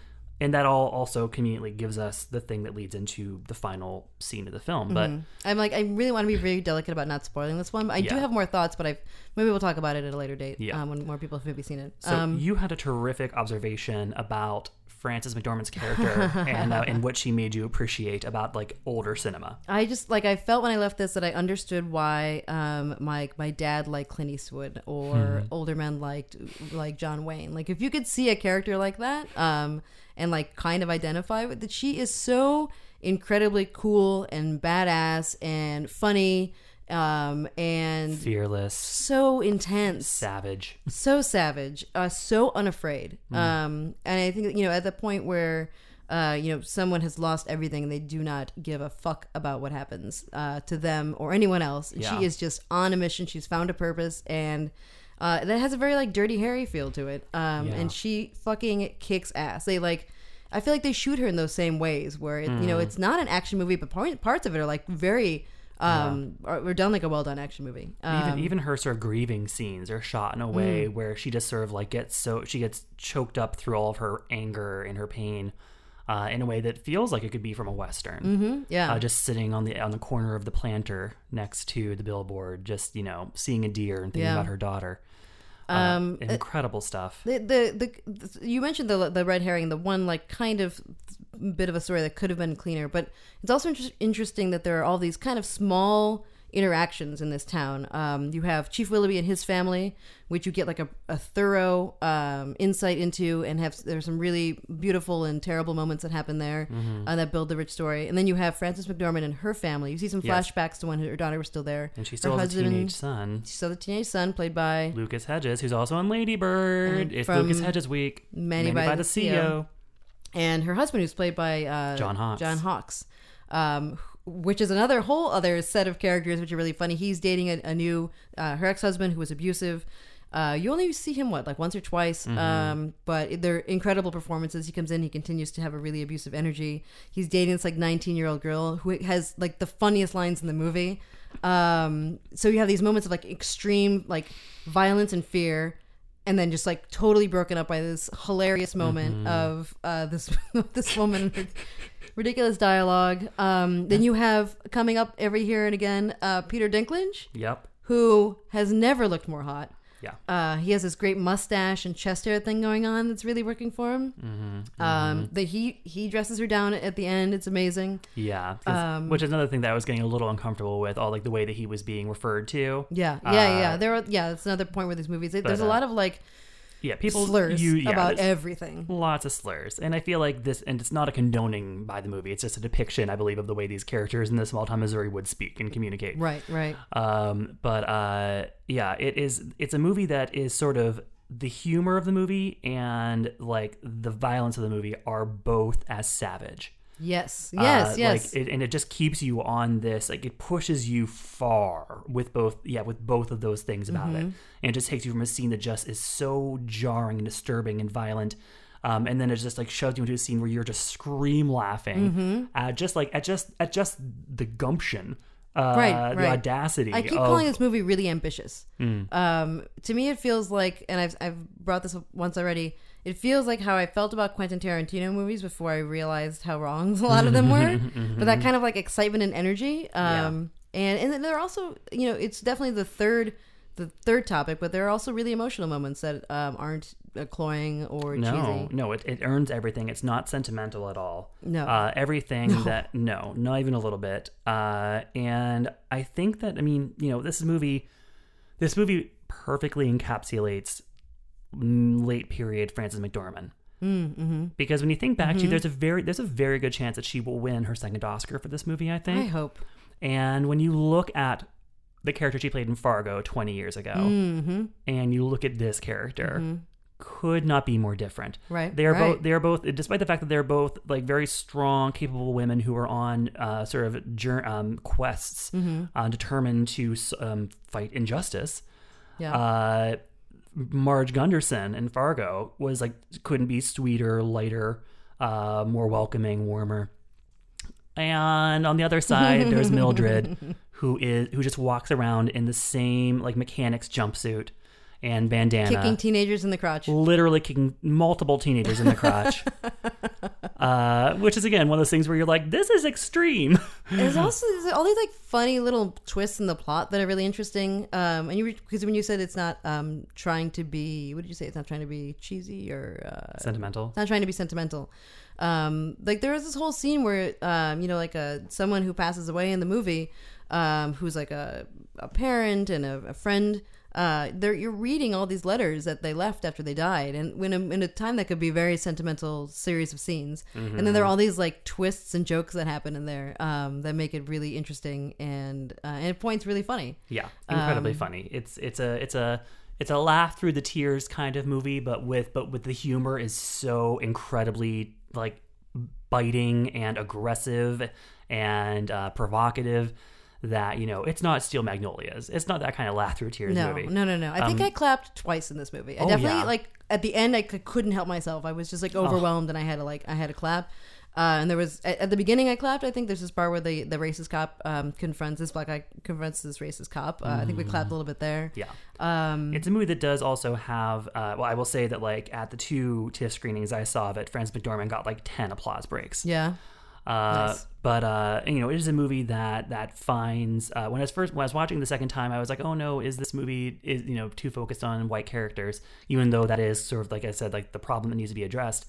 and that all also conveniently gives us the thing that leads into the final scene of the film. But
I'm like, I really want to be very delicate about not spoiling this one. But I do
Yeah.
have more thoughts, but I've maybe we'll talk about it at a later date
Yeah.
um, when more people have maybe seen it.
so
um,
you had a terrific observation about Frances McDormand's character and uh, and what she made you appreciate about like older cinema.
I just like I felt when I left this that I understood why um, my my dad liked Clint Eastwood or
Hmm.
older men liked like John Wayne. Like if you could see a character like that um, and like kind of identify with that, she is so incredibly cool and badass and funny um, and
Fearless,
so intense.
savage.
so savage, uh, so unafraid.
Mm.
Um, and I think that, you know at the point where uh, you know someone has lost everything and they do not give a fuck about what happens uh, to them or anyone else. And
Yeah.
She is just on a mission. She's found a purpose and. Uh, that has a very like dirty Harry feel to it, um,
Yeah.
and she fucking kicks ass. They like, I feel like they shoot her in those same ways where it,
Mm.
you know it's not an action movie, but part, parts of it are like very, um, are, are done like a well done action movie. Um, mm.
even even her sort of grieving scenes are shot in a way where she just sort of like gets so she gets choked up through all of her anger and her pain uh, in a way that feels like it could be from a western.
yeah,
uh, just sitting on the on the corner of the planter next to the billboard, just you know, seeing a deer and thinking
Yeah. Um,
about her daughter. Uh, incredible stuff.
The, the the the you mentioned the the red herring, the one like kind of bit of a story that could have been cleaner, but it's also inter- interesting that there are all these kind of small interactions in this town. Um, you have Chief Willoughby and his family, which you get like a, a thorough um, insight into, and have there's some really beautiful and terrible moments that happen there
Mm-hmm.
uh, that build the rich story. And then you have Frances McDormand and her family. You see some
Yes.
flashbacks to when her daughter was still there,
and she still has a teenage son,
She saw the teenage son played by
Lucas Hedges, who's also on Ladybird. It's
from
Lucas Hedges week.
Manny by the Sea
E
O. and her husband, who's played by uh,
John Hawkes.
John Hawkes, um, wh- which is another whole other set of characters, which are really funny. He's dating a, a new uh, her ex husband who was abusive. Uh, you only see him what like once or twice, um, but they're incredible performances. He comes in, he continues to have a really abusive energy. He's dating this like nineteen year old girl who has like the funniest lines in the movie. Um, so you have these moments of like extreme like violence and fear, and then just like totally broken up by this hilarious moment
Mm-hmm.
of uh, this this woman and her ridiculous dialogue. Um, then you have coming up every here and again uh, Peter Dinklage,
Yep.
who has never looked more hot.
Yeah.
Uh, he has this great mustache and chest hair thing going on that's really working for him.
Mm-hmm.
Um, the, he he dresses her down at the end. It's amazing.
Yeah. 'cause-
um,
which is another thing that I was getting a little uncomfortable with, all like the way that he was being referred to.
Yeah, yeah, yeah. There, are, yeah. That's another point where these movies. there's a
uh,
lot of like
Yeah. People
slurs
you- yeah,
about
there's-
everything.
lots of slurs and i feel like this and it's not a condoning by the movie it's just a depiction i believe of the way these characters in the small town missouri would speak and communicate
Right, right.
um but uh yeah it is it's a movie that is sort of the humor of the movie and like the violence of the movie are both as savage
Yes,
Uh,
yes, yes.
like it, and it just keeps you on this like it pushes you far with both yeah with both of those things about
Mm-hmm.
it and it just takes you from a scene that just is so jarring and disturbing and violent um, and then it just like shoves you into a scene
Mm-hmm.
where you're just scream laughing at just like at just at just the gumption Uh,
right,
the
right.
audacity.
I keep
of- Mm.
calling this movie really ambitious. Um, to me, it feels like, and I've I've brought this up once already. It feels like how I felt about Quentin Tarantino movies before I realized how wrong a lot of them were.
Mm-hmm.
but that kind of like excitement and energy. Um, and and then there are also you know it's definitely the third the third topic, but there are also really emotional moments that um, aren't uh, cloying or
No,
cheesy.
no, it, it earns everything. It's not sentimental at all.
No.
Uh, everything that, no, not even a little bit. Uh, and I think that, I mean, you know, this movie, this movie perfectly encapsulates mm, late period Frances McDormand. Mm-hmm. Because when you think back to, there's a very, there's a very good chance that she will win her second Oscar for this movie. I think.
I hope.
And when you look at the character she played in Fargo 20 years ago,
Mm-hmm.
and you look at this character, could not be more different.
Right,
They are
right.
both. They are both. Despite the fact that they're both like very strong, capable women who are on uh, sort of jour- um, quests,
Mm-hmm.
uh, determined to s- um, fight injustice.
Yeah.
Uh, Marge Gunderson in Fargo was like couldn't be sweeter, lighter, uh, more welcoming, warmer. And on the other side, there's Mildred, who is who just walks around in the same like mechanics jumpsuit and bandana,
Kicking teenagers in the crotch.
literally kicking multiple teenagers in the crotch. uh, which is again one of those things where you're like, this is extreme.
There's also there's all these like funny little twists in the plot that are really interesting. Um, and you because when you said it's not um trying to be what did you say? It's not trying to be cheesy or uh,
Sentimental.
it's not trying to be sentimental. Um, like there was this whole scene where um, you know, like a someone who passes away in the movie, um, who's like a, a parent and a, a friend. Uh, they're, you're reading all these letters that they left after they died, and when a, in a time that could be a very sentimental series of scenes, and then there are all these like twists and jokes that happen in there um, that make it really interesting and uh, and at points really funny.
Yeah, incredibly
Um,
funny. It's it's a it's a it's a laugh through the tears kind of movie, but with but with the humor is so incredibly like biting and aggressive and uh, provocative that you know it's not Steel Magnolias. It's not that kind of laugh through tears
No,
movie. Um,
no, no, no. I think I clapped twice in this movie. I
oh,
definitely
yeah. Oh.
like at the end I c- couldn't help myself. I was just like overwhelmed, and I had to like I had to clap. Uh, and there was at, at the beginning I clapped. I think there's this part where the the racist cop um, confronts this black guy confronts this racist cop. Uh, I think we clapped a little bit there.
Mm. Yeah.
Um,
it's a movie that does also have, uh, well, I will say that, like, at the two TIFF screenings I saw of it, Frances McDormand got like 10 applause breaks.
Yeah.
Uh,
Nice.
But uh, you know, it is a movie that that finds. Uh, when I was first when I was watching the second time, I was like, oh no, is this movie is you know too focused on white characters? Even though that is sort of like I said, like the problem that needs to be addressed.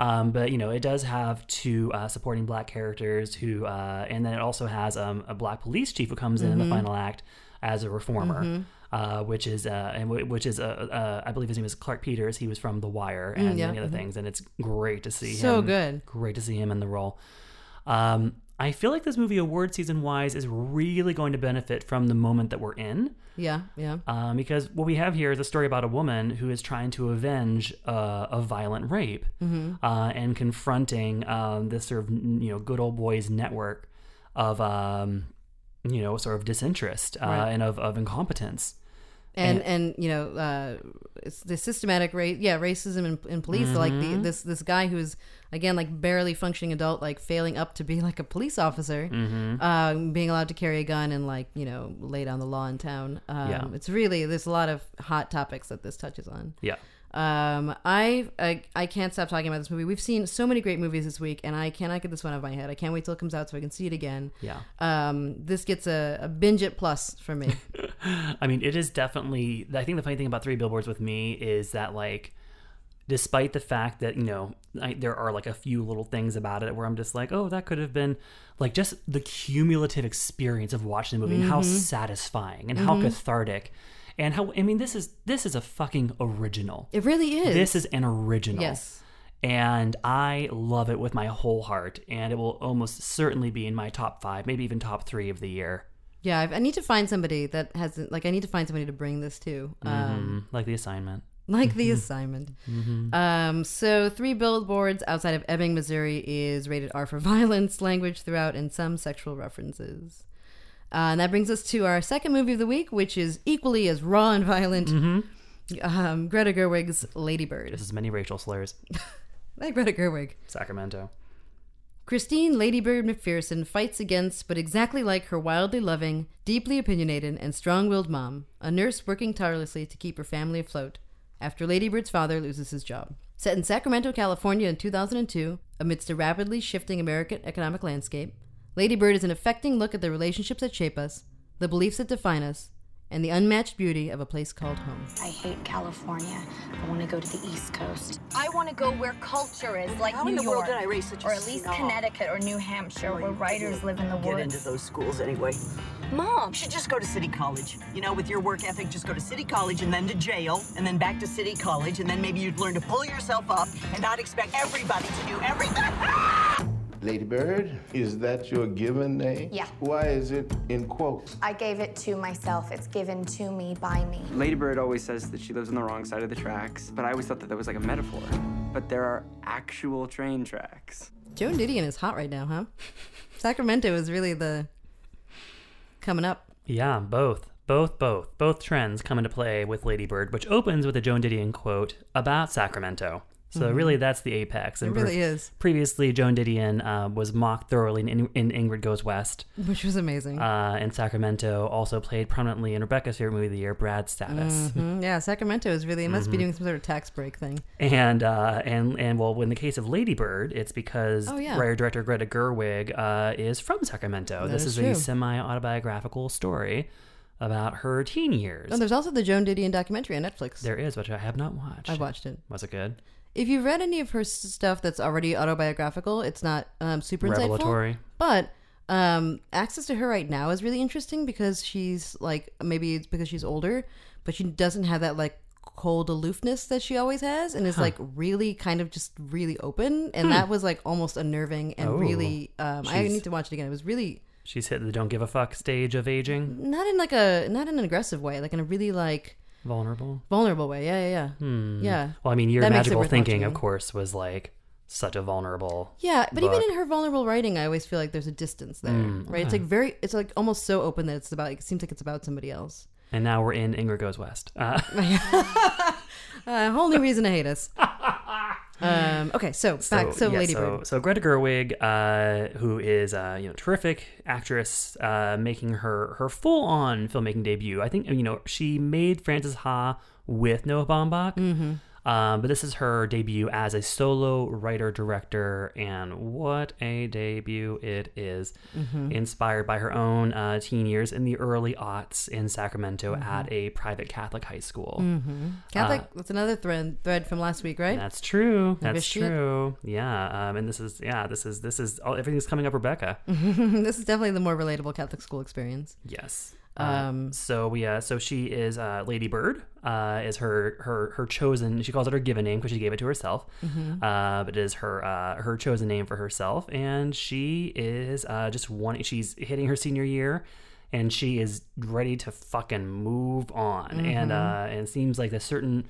Um, but you know, it does have two uh, supporting black characters who, uh, and then it also has um, a black police chief who comes in in
Mm-hmm.
the final act as a reformer. Uh, which is uh, and w- which is uh, uh, I believe his name is Clark Peters. He was from The Wire and
Mm, yeah, Mm-hmm.
many other things, and it's great to see
So
him.
good.
Great to see him in the role. Um, I feel like this movie, award season wise, is really going to benefit from the moment that we're in.
Yeah. Yeah.
Um, because what we have here is a story about a woman who is trying to avenge uh, a violent rape uh, and confronting um, this sort of you know good old boys network of um, you know sort of disinterest uh, and of, of incompetence.
and and you know uh, it's the systematic race yeah racism in, in police like the
Mm-hmm.
this this guy who's again like barely functioning adult like failing up to be like a police officer
Mm-hmm.
um, being allowed to carry a gun and like you know lay down the law in town um,
Yeah.
it's really there's a lot of hot topics that this touches on
Yeah.
um, I, I I can't stop talking about this movie. We've seen so many great movies this week, and I cannot get this one out of my head. I can't wait till it comes out so I can see it again.
Yeah.
Um, this gets a, a binge it plus for me.
I mean, it is definitely. I think the funny thing about Three Billboards with me is that, like, despite the fact that you know I, there are like a few little things about it where I'm just like, oh, that could have been like just the cumulative experience of watching the movie and
Mm-hmm.
how satisfying and how cathartic and how. I mean, this is this is a fucking original.
it really is.
This is an original.
Yes.
And I love it with my whole heart, and it will almost certainly be in my top five, maybe even top three of the year,
Yeah, I've, I need to find somebody that hasn't. Like, I need to find somebody to bring this to, um,
Mm, like the assignment.
like the assignment. Um, so, three billboards outside of Ebbing, Missouri, is rated R for violence, language throughout, and some sexual references. Uh, and that brings us to our second movie of the week, which is equally as raw and violent. Um, Greta Gerwig's Lady Bird.
This is many racial slurs.
Like Greta Gerwig.
Sacramento.
Christine Ladybird McPherson fights against, but exactly like her wildly loving, deeply opinionated, and strong willed mom, a nurse working tirelessly to keep her family afloat after Ladybird's father loses his job. Set in Sacramento, California in 2002, amidst a rapidly shifting American economic landscape, Ladybird is an affecting look at the relationships that shape us, the beliefs that define us, and the unmatched beauty of a place called home.
I hate California. I want to go to the East Coast.
I want to go where culture is, like
How
New
in the
York,
world did I raise such a
or at least
snob?
Connecticut or New Hampshire, where writers live in the
Get into
woods.
those schools anyway.
Mom,
You should just go to city college. You know, with your work ethic, just go to city college and then to jail and then back to city college and then maybe you'd learn to pull yourself up and not expect everybody to do everything.
Ladybird, is that your given name?
Yeah.
Why is it in quotes?
I gave it to myself. It's given to me by me.
Ladybird always says that she lives on the wrong side of the tracks, but I always thought that that was like a metaphor. But there are actual train tracks.
Joan Didion is hot right now, huh? Sacramento is really the coming up.
Yeah, both. Both, both. Both trends come into play with Ladybird, which opens with a Joan Didion quote about Sacramento. So really, that's the apex.
Mm-hmm. It really is.
Previously, Joan Didion uh, was mocked thoroughly in, in Ingrid Goes West,
Which was amazing.
uh, and Sacramento also played prominently in Rebecca's favorite movie of the year, Brad's Status.
Mhm, Yeah, Sacramento is really, it must be
Mm-hmm.
doing some sort of tax break thing.
and uh, and and well, in the case of Ladybird, it's because
Oh, yeah.
writer director Greta Gerwig uh, is from Sacramento.
That
this is,
is true.
a semi autobiographical story about her teen years.
Oh, there's also the Joan Didion documentary on Netflix.
there is, which I have not watched.
I watched it.
Was it good?
If you've read any of her s- stuff that's already autobiographical, it's not um, super insightful.
Revelatory.
But um, access to her right now is really interesting because she's like maybe it's because she's older, but she doesn't have that like cold aloofness that she always has, and is like really kind of just really open, and that was like almost unnerving and
Hmm. Oh.
really. Um, I
She's-
need to watch it again. It was really
She's hit the don't give a fuck stage of aging.
not in like a not in an aggressive way, like in a really like
Vulnerable.
vulnerable way. Yeah, yeah, yeah. Yeah.
Hmm. Well, I mean, your
That makes it
magical
worth
thinking,
watching.
of course, was like such a vulnerable.
Yeah, but even
book.
in her vulnerable writing, I always feel like there's a distance there,
Hmm,
right? It's like very, it's like almost so open that it's about, it seems like it's about somebody else.
And now we're in Ingrid Goes West. Uh,
A Uh, whole new reason to hate us. um, okay, so back, so,
yeah,
Ladybird.
So, so Greta Gerwig, uh, who is uh, you know terrific actress, uh, making her her full on filmmaking debut. I think you know she made Frances Ha with Noah Baumbach.
Mm-hmm.
Um, but this is her debut as a solo writer director, and what a debut it is.
Mm-hmm.
Inspired by her own uh, teen years in the early aughts in Sacramento
Mm-hmm.
at a private Catholic high school.
Catholic, that's another thread, thread from last week, right?
uh, That's true. That's
shit.
true. Yeah. Um, and this is yeah. This is this is all, everything's coming up, Rebecca.
this is definitely the more relatable Catholic school experience.
Yes. Um, so we uh, so she is uh, Lady Bird uh, is her her her chosen she calls it her given name because she gave it to herself uh, but it is her uh, her chosen name for herself and she is uh, just one she's hitting her senior year and she is ready to fucking move on and uh, and it seems like a certain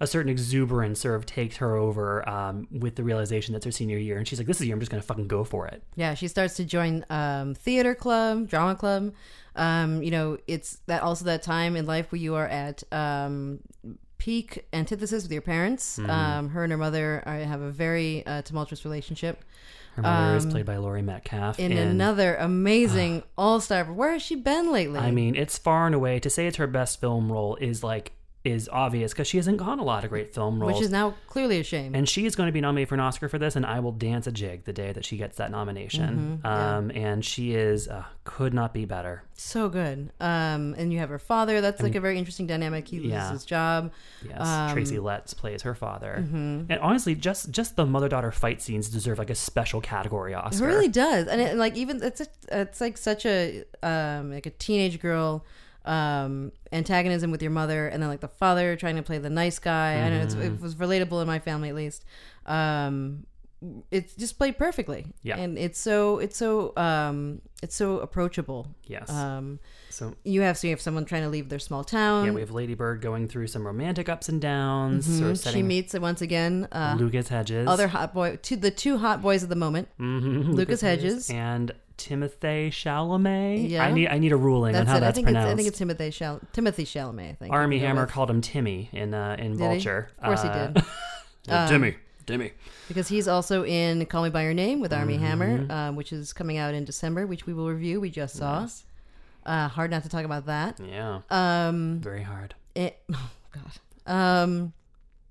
a certain exuberance sort of takes her over um, with the realization that's her senior year and she's like this is the year I'm just gonna fucking go for it
Yeah, she starts to join um, theater club, drama club. Um, you know, it's that also that time in life where you are at um, peak antithesis with your parents.
Mm-hmm.
Um, her and her mother are, have a very uh, tumultuous relationship.
her mother is played by Laurie Metcalf
In
and-
another amazing all star, where has she been lately?
I mean, it's far and away to say it's her best film role is like is obvious because she hasn't gotten a lot of great film roles.
which is now clearly a shame.
and she is going to be nominated for an Oscar for this, and I will dance a jig the day that she gets that
Mm-hmm.
nomination. um, And she is uh, could not be better.
so good. Um, and you have her father. That's like a very interesting dynamic. He loses
Yeah.
his job.
Yes,
Um,
Tracy Letts plays her father,
mm-hmm.
and honestly, just just the mother daughter fight scenes deserve like a special category
It
Oscar.
really does, and, it, and like even it's a, it's like such a um like a teenage girl um antagonism with your mother, and then like the father trying to play the nice guy. I know it's,
Mm-hmm.
it was relatable in my family at least. Um, it's just played perfectly.
Yeah.
and it's so it's so um it's so approachable.
Yes.
Um,
so
you have so you have someone trying to leave their small town.
yeah, we have Lady Bird going through some romantic ups and downs, sort of
mm-hmm. she
setting
meets once again uh,
Lucas Hedges,
other hot boy, two, the two hot boys of the moment, mm-hmm, Lucas Hedges.
and Timothy Chalamet.
Yeah.
I need I need a ruling on
That's
how
it.
that's
I think
pronounced.
it's I think it's Timothy Chal- Timothy Chalamet. I think
Army
We'll go
Hammer
with-
called him Timmy in uh, in
Did he?
Vulture.
Of course
Uh,
he did.
Timmy. Demi.
because he's also in Call Me by Your Name with
Mm-hmm.
Army Hammer, uh, which is coming out in December, which we will review. We just saw. Uh, hard not to talk about that.
Yeah.
Um,
Very hard.
It, oh God. Um,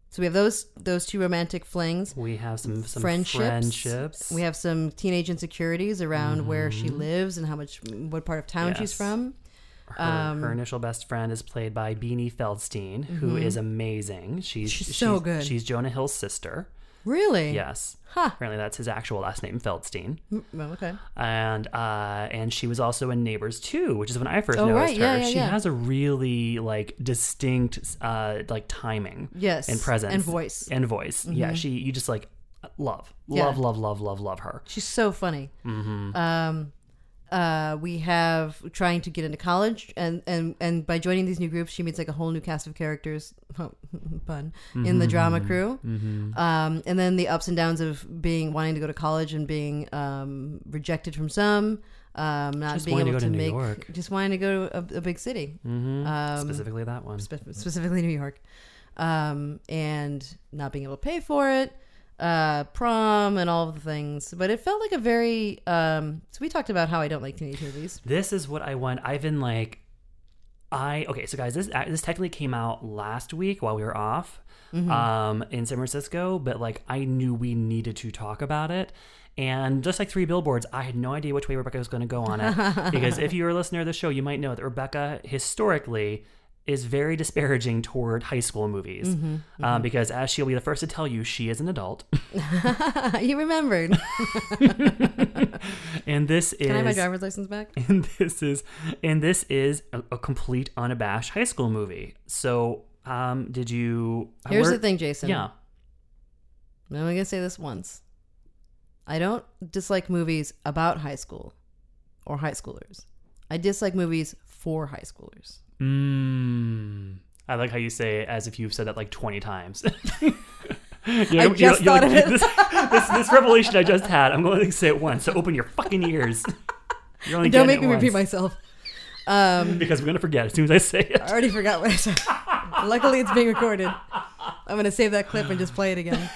so we have those those two romantic flings.
We have some- some friendships.
We have some teenage insecurities around where she lives and how much what part of town she's
Mm-hmm. Yes.
from.
Her,
um,
her initial best friend is played by Beanie Feldstein, who
Mhm.
is amazing. She's,
She's so good.
She's Jonah Hill's sister.
Really?
Yes.
Huh.
Apparently, that's his actual last name, Feldstein.
Mm, Well, okay.
and uh, and she was also in Neighbors too, which is when I first
Oh,
noticed
right. Yeah,
her.
yeah,
she
yeah.
has a really like distinct uh, like timing,
Yes,
and presence
and voice.
and voice. Yeah,
Mhm.
she you just like love,
Yeah.
love, love, love, love, love her.
She's so funny.
Mhm.
Um, uh, we have trying to get into college, and, and, and by joining these new groups, she meets like a whole new cast of characters, pun, in the drama
Mm-hmm.
Mhm.
crew.
Mhm.
Um, and then the ups and downs of being wanting to go to college and being um, rejected from some, um, not
Just
being
wanting
able
to
to,
go to New
make,
York.
just wanting to go to a, a big city,
Mhm.
Um,
Specifically that one.
spe- specifically New York, um, and not being able to pay for it, uh, prom, and all of the things. But it felt like a very. Um, so we talked about how I don't like teenage movies.
This is what I want. I've been like, I okay. So guys, this uh, this technically came out last week while we were off,
Mhm.
um, in San Francisco. But like, I knew we needed to talk about it. And just like three billboards, I had no idea which way Rebecca was going to go on it. because if you're a listener of the show, you might know that Rebecca historically is very disparaging toward high school movies.
Mhm,
Um,
mhm.
because as she'll be the first to tell you, she is an adult.
you remembered.
and this is
Can I have my driver's license back?
and this is and this is a, a complete unabashed high school movie so um did you
Here's
were-
the thing, Jason.
yeah
I'm only gonna say this once. I don't dislike movies about high school or high schoolers. I dislike movies for high schoolers.
mm, i like how you say it as if you've said that like 20 times
I just thought of it.
This, this, this revelation I just had, I'm going to say it once. So open your fucking ears. You're only
Don't
getting
make
it
me repeat
once.
myself. Um,
because we're going to forget as soon as I say it.
I already forgot what I said. Luckily, it's being recorded. I'm gonna save that clip and just play it again.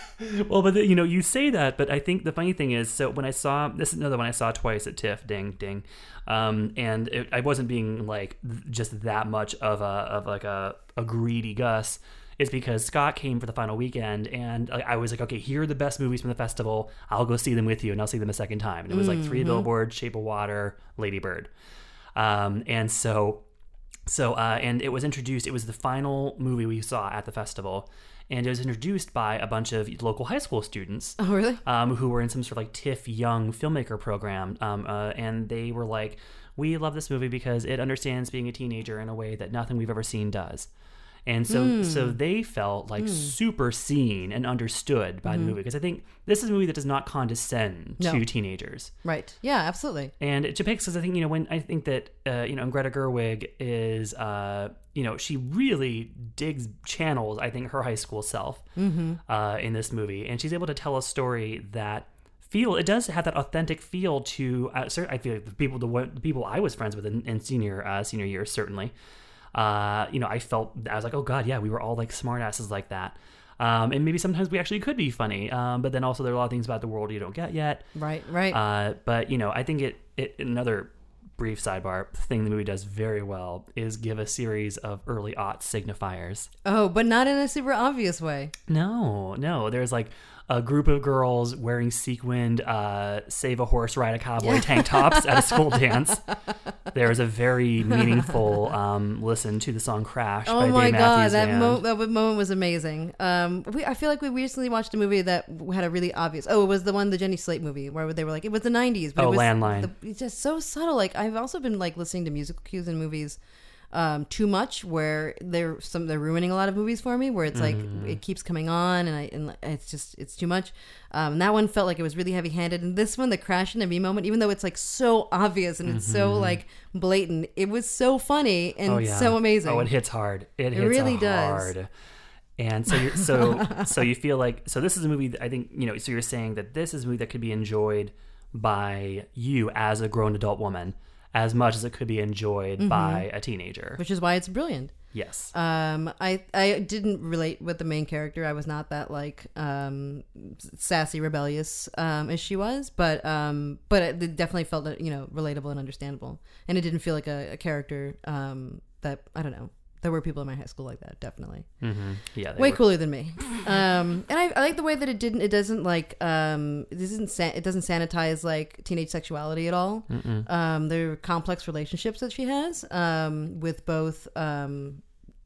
well, but you know, you say that, but I think the funny thing is, so when I saw this is another one I saw twice at TIFF, ding ding, um, and it, I wasn't being like th- just that much of a of like a, a greedy Gus. Is because Scott came for the final weekend, and like, I was like, okay, here are the best movies from the festival. I'll go see them with you, and I'll see them a second time. And it was like Three
Mhm.
Billboards, Shape of Water, Lady Bird, um, and so so, uh, and it was introduced, it was the final movie we saw at the festival, and it was introduced by a bunch of local high school students.
Oh, really?
Um, who were in some sort of like TIFF Young filmmaker program. Um, uh, and they were like, we love this movie because it understands being a teenager in a way that nothing we've ever seen does. And so,
Mm.
so
Hmm.
they felt like
Mm.
super seen and understood by
Mhm.
the movie because I think this is a movie that does not condescend
No.
to teenagers.
Right? Yeah, absolutely.
And it depicts because I think you know when I think that uh, you know and Greta Gerwig is uh, you know she really digs channels I think her high school self
Mhm.
uh, in this movie and she's able to tell a story that feel it does have that authentic feel to uh, cer- I feel like the people the, one- the people I was friends with in, in senior uh, senior year certainly uh, you know I felt I was like oh god yeah we were all like smartasses like that. Um, and maybe sometimes we actually could be funny, um, but then also there are a lot of things about the world you don't get yet.
Right, right.
Uh, but you know, I think it, it another brief sidebar thing the movie does very well is give a series of early aught signifiers.
Oh, but not in a super obvious way.
No, no, there's like a group of girls wearing sequined uh, "Save a Horse, Ride a Cowboy" tank tops at a school dance. There's a very meaningful um, listen to the song "Crash"
Oh
by
my
Dave
god,
Matthews
that,
Band.
mo- that w- moment was amazing. Um, we, I feel like we recently watched a movie that w- had a really obvious. Oh, it was the one, the Jenny Slate movie, where they were like, it was the '90s. But
Oh,
it was
Landline.
the- it's just so subtle. Like I've also been like listening to musical cues in movies um, too much, where they're some they're ruining a lot of movies for me. Where it's like
Mm-hmm.
Mhm.
it keeps coming on, and I and it's just it's too much. Um, and that one felt like it was really heavy handed, and this one, the crash into me moment, even though it's like so obvious and it's so
Mhm.
like blatant, it was so funny and
oh, yeah.
so amazing.
Oh, it hits hard. It, hits
really
really
does.
hard. And so you're, so so you feel like so this is a movie that I think you know so you're saying that this is a movie that could be enjoyed by you as a grown adult woman as much as it could be enjoyed
Mhm.
by a teenager.
which is why it's brilliant.
Yes.
Um, I I didn't relate with the main character. I was not that like um sassy, rebellious um as she was, but um, but it definitely felt you know relatable and understandable, and it didn't feel like a, a character um that I don't know. There were people in my high school like that, definitely.
Mhm. Yeah, they
way
were.
cooler than me. Um, and I, I like the way that it didn't. It doesn't like um, this isn't san- it doesn't sanitize like teenage sexuality at all.
Mm-mm.
Um, there are complex relationships that she has um, with both um,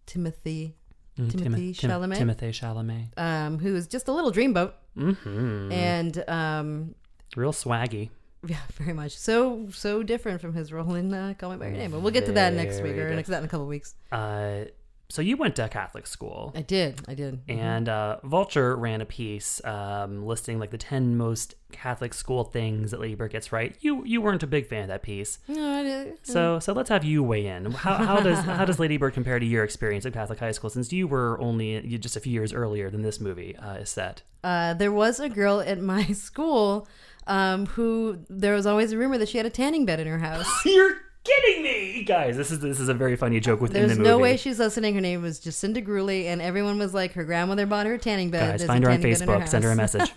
Timothy
Mm,
Timothy
Timoth- Tim-
Chalamet,
Timothée Chalamet.
um, who is just a little dreamboat,
Mhm.
and um,
Real swaggy.
yeah, very much so so different from his role in uh, Call Me by Your Name. But we'll get to that next week
Very
or
different.
next that in a couple weeks.
Uh, so you went to Catholic school.
I did, I did, Mhm.
And uh, Vulture ran a piece um, listing like the ten most Catholic school things that Lady Bird gets right. You you weren't a big fan of that piece,
No, I did.
so so let's have you weigh in. How, how does how does Lady Bird compare to your experience at Catholic high school? Since you were only you just a few years earlier than this movie uh, is set.
uh, there was a girl at my school um, who there was always a rumor that she had a tanning bed in her house.
You're kidding me, guys! This is this is a very funny joke within
There's
the movie.
no way she's listening. Her name was Jacinda Grewley, and everyone was like, her grandmother bought her a tanning
guys,
bed. There's a
find her on
tanning bed in
Facebook. Send her a
house.
message.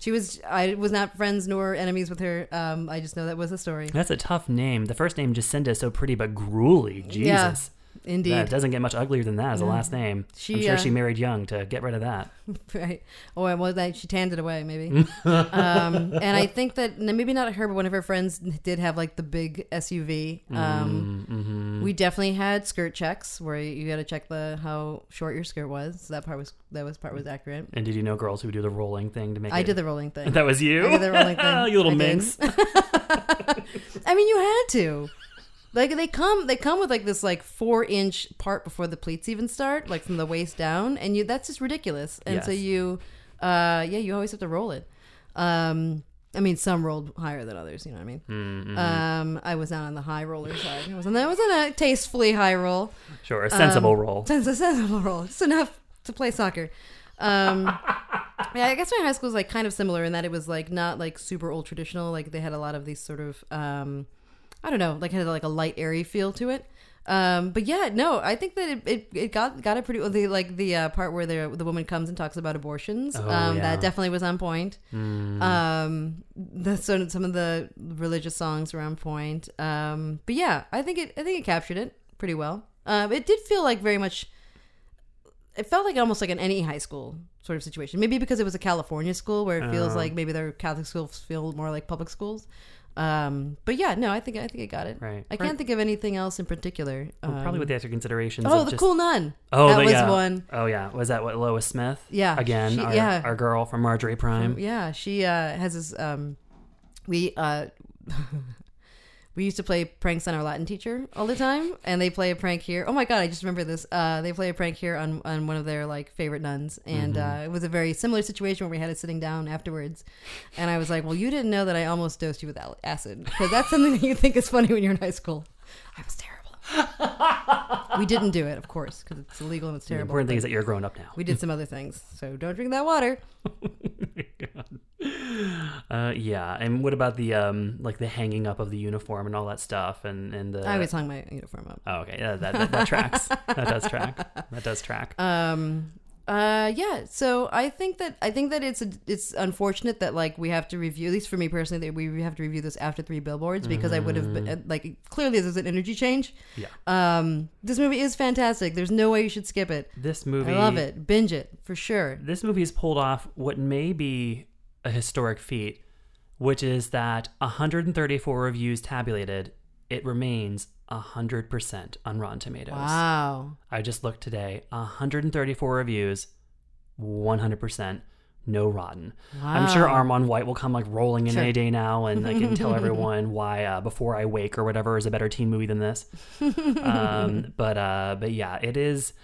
she was. I was not friends nor enemies with her. Um, I just know that was a story.
That's a tough name. The first name Jacinda is so pretty but gruely.
Yeah,
Jesus.
indeed.
That doesn't get much uglier than that as a
No.
last name.
She,
I'm sure
uh,
she married young to get rid of that.
right. Oh, Or well, that she tanned it away, maybe. um, and I think that no, maybe not her, but one of her friends did have like the big SUV. Um,
Mm, mhm.
We definitely had skirt checks where you got to check the how short your skirt was. So that part was that was part was accurate.
And did you know girls who do the rolling thing to make
I
it-
did the rolling thing.
That was you?
I did the rolling thing.
you little
I did.
minx.
I mean, you had to. Like they come, they come with like this like four inch part before the pleats even start, like from the waist down, and you that's just ridiculous. And so
Yes.
you, uh, yeah, you always have to roll it. Um, I mean, some rolled higher than others. You know what I mean?
Mm, mhm.
Um, I was not on the high roller side. I was on, the, I was on a tastefully high roll.
Sure, a sensible
Um,
roll.
Sens- a sensible roll. It's enough to play soccer. Um, yeah, I guess my high school was like kind of similar in that it was like not like super old traditional. Like they had a lot of these sort of, um, I don't know, like had like a light airy feel to it. Um, but yeah, no, I think that it, it, it got got it pretty. well, The, like the uh, part where the the woman comes and talks about abortions.
Oh,
um,
yeah.
That definitely was on point.
Mm.
Um, the, so some of the religious songs were on point. Um, but yeah, I think it I think it captured it pretty well. Um, it did feel like very much. It felt like almost like an any high school sort of situation. Maybe because it was a California school where it feels
Oh.
like maybe their Catholic schools feel more like public schools. Um, but yeah, no, I think I think I got it.
Right.
I can't think of anything else in particular.
Well, probably
Um,
with the extra considerations.
Oh,
of
the
just-
cool nun.
Oh,
that
the-
was
yeah.
one.
Oh, yeah. Was that what Lois Smith?
Yeah,
Again,
she-
our,
yeah.
our girl from Marjorie Prime.
Yeah, she uh, has this. Um, we uh, we used to play pranks on our Latin teacher all the time, and they play a prank here. Oh my god, I just remember this. Uh, they play a prank here on on one of their like favorite nuns, and
Mhm.
uh, it was a very similar situation where we had it sitting down afterwards, and I was like, "Well, you didn't know that I almost dosed you with al- acid because that's something that you think is funny when you're in high school." I was terrible. we didn't do it, of course, because it's illegal and it's
The
terrible.
important thing is
but
that you're grown up now.
We did some other things, so don't drink that water.
Uh, yeah. And what about the um, like the hanging up of the uniform and all that stuff and and the
I always hung my uniform up.
Oh, okay. Yeah, that, that, that tracks. that does track. That does track.
Um. Uh. Yeah. So I think that I think that it's a, it's unfortunate that like we have to review at least for me personally that we have to review this after three billboards because I would have been like clearly there's an energy change.
Mm-hmm. Yeah.
Um. This movie is fantastic. There's no way you should skip it.
This movie.
I love it. Binge it for sure.
This movie's pulled off what may be a historic feat, which is that 134 reviews tabulated, it remains 100% on Rotten Tomatoes.
Wow.
I just looked today 134 reviews, 100%. No rotten. I'm sure
Wow.
Armand White will come like rolling in
Sure.
any day now and like and tell everyone why uh, Before I Wake or whatever is a better teen movie than this um, but uh, but yeah, it is.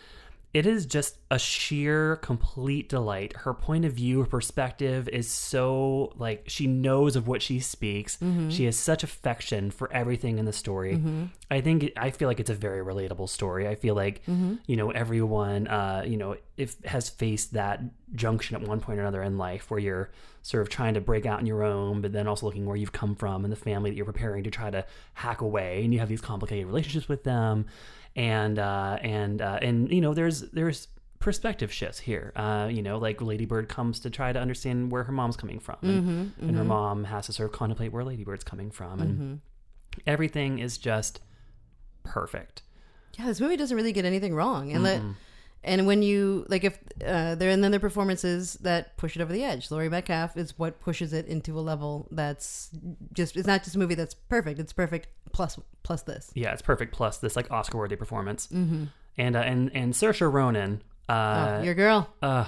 It is just a sheer complete delight. Her point of view, her perspective is so like she knows of what she speaks.
Mhm.
She has such affection for everything in the story.
Mhm.
I think I feel like it's a very relatable story. I feel like
Mhm.
you know everyone uh, you know if has faced that junction at one point or another in life where you're sort of trying to break out on your own, but then also looking where you've come from and the family that you're preparing to try to hack away, and you have these complicated relationships with them, and uh, and uh, and you know there's there's perspective shifts here. Uh, you know, like Ladybird comes to try to understand where her mom's coming from, and,
Mhm,
and her
mhm.
mom has to sort of contemplate where Ladybird's coming from, and
Mhm.
everything is just perfect.
Yeah, this movie doesn't really get anything wrong, and let,
Mm-mm.
and when you like if uh, there and then their performances that push it over the edge. Laurie Metcalf is what pushes it into a level that's just it's not just a movie that's perfect. It's perfect plus plus this.
Yeah, it's perfect. Plus this like Oscar worthy performance,
Mhm.
and uh, and and Saoirse Ronan, uh,
Oh, your girl.
uh,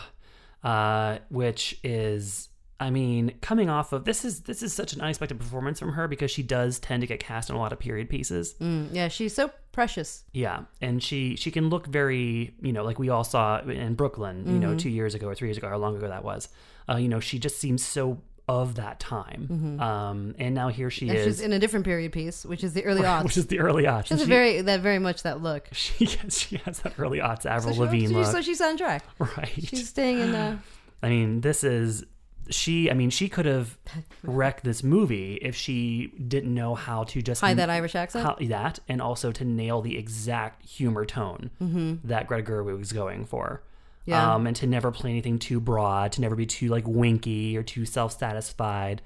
uh, which is. I mean, coming off of this is this is such an unexpected performance from her because she does tend to get cast in a lot of period pieces.
Mm, yeah, she's so precious.
Yeah, and she she can look very you know like we all saw in Brooklyn you know
Mhm.
two years ago or three years ago how long ago that was, uh, you know she just seems so of that time.
Mhm.
Um, and now here she
and
is
she's in a different period piece, which is the early aughts,
Which is the early aughts,
She
and
has a
she-
very that very much that look.
She yes, she has that early aughts
so,
Avril
she,
Lavigne
she-
look.
so she's on track.
Right.
She's staying in uh, the.
I mean, this is she. I mean, she could have wrecked this movie if she didn't know how to just
Hide that Irish accent?
how- that, and also to nail the exact humor tone
Mhm.
that Greg Gerwig was going for.
Yeah.
Um, and to never play anything too broad, to never be too like winky or too self-satisfied.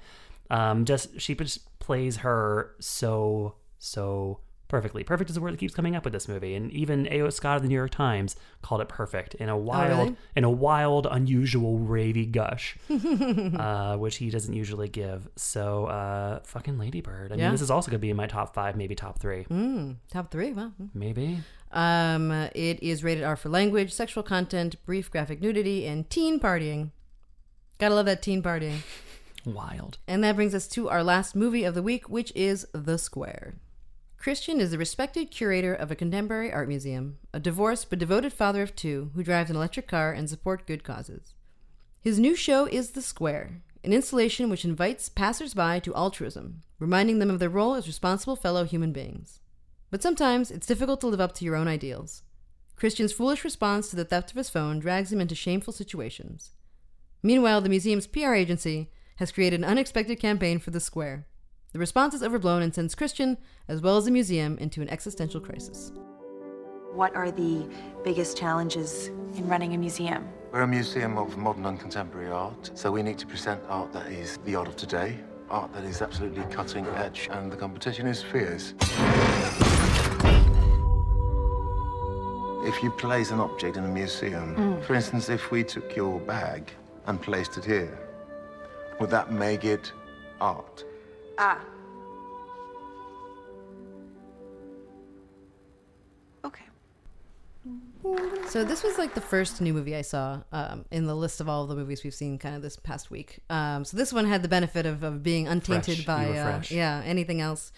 Um, just she just plays her so so perfectly. Perfect is the word that keeps coming up with this movie, and even A.O. Scott of the New York Times called it perfect in a wild
Oh, really?
in a wild, unusual, ravey gush, uh, which he doesn't usually give. So, uh, fucking Ladybird. I
Yeah.
mean, this is also gonna be in my top five, maybe top three,
Mm, top three. Wow. Mm.
maybe.
Um, uh, it is rated R for language, sexual content, brief graphic nudity, and teen partying. Gotta love that teen partying.
Wild.
And that brings us to our last movie of the week, which is The Square. Christian is the respected curator of a contemporary art museum, a divorced but devoted father of two who drives an electric car and supports good causes. His new show is The Square, an installation which invites passersby to altruism, reminding them of their role as responsible fellow human beings. But sometimes it's difficult to live up to your own ideals. Christian's foolish response to the theft of his phone drags him into shameful situations. Meanwhile, the museum's PR agency has created an unexpected campaign for the square. The response is overblown and sends Christian, as well as the museum, into an existential crisis.
What are the biggest challenges in running a museum?
We're a museum of modern and contemporary art, so we need to present art that is the art of today, art that is absolutely cutting edge, and the competition is fierce. If you place an object in a museum,
Hmm.
Mm.
for instance, if we took your bag and placed it here, would that make it art?
Ah. Okay.
So this was like the first new movie I saw um, in the list of all the movies we've seen kind of this past week. Um, so this one had the benefit of, of being untainted
Fresh.
by
You were
uh,
fresh.
yeah anything else.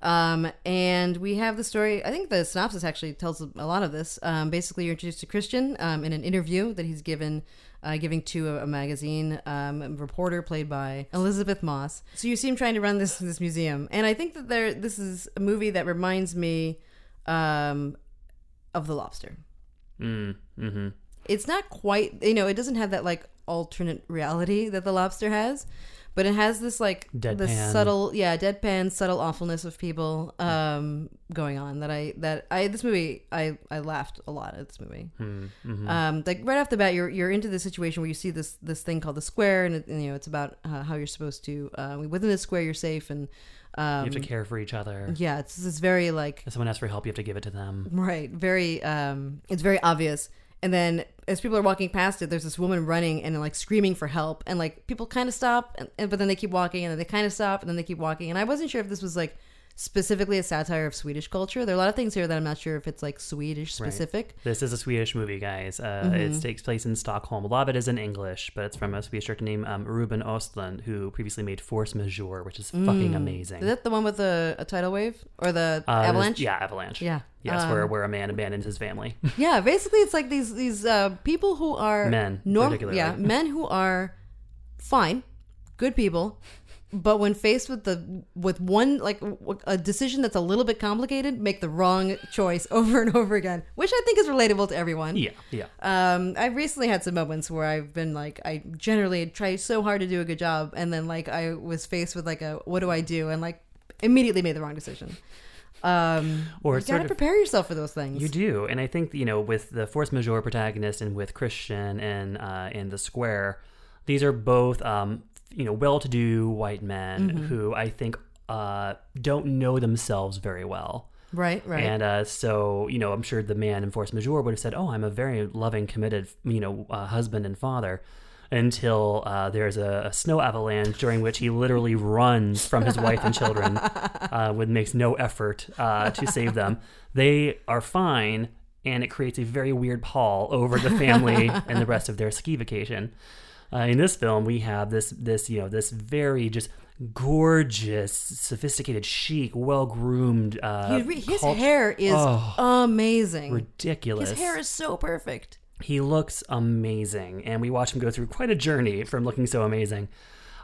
Um, and we have the story. I think the synopsis actually tells a lot of this. Um, basically, you're introduced to Christian um, in an interview that he's given, uh, giving to a, a magazine um, a reporter played by Elizabeth Moss. So you see him trying to run this this museum, and I think that there this is a movie that reminds me um, of The Lobster
Mm, mm-hmm.
it's not quite you know it doesn't have that like alternate reality that the lobster has but it has this like the
Deadpan.
subtle yeah deadpan subtle awfulness of people um going on that i that i this movie i i laughed a lot at this movie
Hmm,
Mm,
mm-hmm.
mhm.
um like right off the bat you're you're into this situation where you see this this thing called the square and, it, and, you know it's about uh, how you're supposed to uh, within the square you're safe and um
you have to care for each other.
yeah it's this very like
If someone asks for help, you have to give it to them.
Right. Very um it's very obvious. And then as people are walking past it, there's this woman running and like screaming for help and like people kind of stop and, and but then they keep walking and then they kind of stop and then they keep walking. And I wasn't sure if this was like specifically a satire of Swedish culture. There are a lot of things here that I'm not sure if it's like Swedish specific.
This is a Swedish movie, guys. Uh,
Mhm.
It takes place in Stockholm. A lot of it is in English, but it's from a Swedish director named um, Ruben Östlund, who previously made Force Majeure, which is fucking
Mm.
amazing.
Is that the one with the a tidal wave or the
Uh, this-
avalanche?
Yeah, Avalanche.
Yeah.
Yes,
Um,
where, where a man abandons his family.
yeah, basically, it's like these these uh, people who are
Men,
normal,
particularly.
yeah, men who are fine, good people, but when faced with the with one like w- a decision that's a little bit complicated, make the wrong choice over and over again, which I think is relatable to everyone.
yeah, yeah.
Um, I've recently had some moments where I've been like, I generally try so hard to do a good job, and then like I was faced with like a, what do I do? And like immediately made the wrong decision. Um,
Or
you
it's sort
gotta
of-
prepare yourself for those things.
You do, and I think you know with the force majeure protagonist and with Christian and uh, in the square, these are both um, you know well-to-do white men
Mhm.
who I think uh, don't know themselves very well.
Right, right.
And uh, so you know, I'm sure the man in force majeure would have said, "Oh, I'm a very loving, committed you know uh, husband and father." Until uh, there's a, a snow avalanche during which he literally runs from his wife and children uh, with makes no effort uh, to save them. They are fine, and it creates a very weird pall over the family and the rest of their ski vacation. Uh, in this film, we have this this you know this very just gorgeous, sophisticated, chic, well groomed. Uh,
He re- his
cult-
hair is
Oh,
amazing.
ridiculous.
His hair is so perfect.
He looks amazing, and we watch him go through quite a journey from looking so amazing.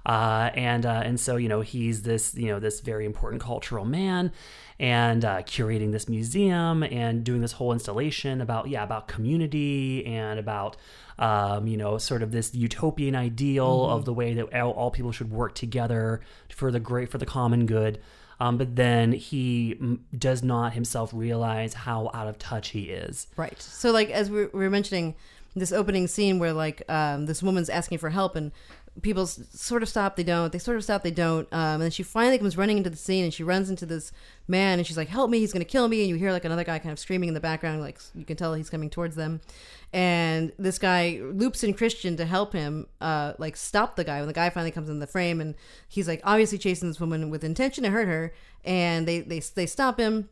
Uh, and uh, and so you know he's this you know this very important cultural man, and uh, curating this museum and doing this whole installation about yeah about community and about um, you know sort of this utopian ideal
Mhm.
of the way that all, all people should work together for the great for the common good. Um, but then he mm, does not himself realize how out of touch he is.
Right. So like as we we were mentioning this opening scene where like um, this woman's asking for help and people s- sort of stop they don't they sort of stop they don't um, and then she finally comes running into the scene and she runs into this man and she's like help me he's gonna kill me and you hear like another guy kind of screaming in the background like s- you can tell he's coming towards them and this guy loops in christian to help him uh, like stop the guy when the guy finally comes in the frame and he's like obviously chasing this woman with intention to hurt her and they they, they stop him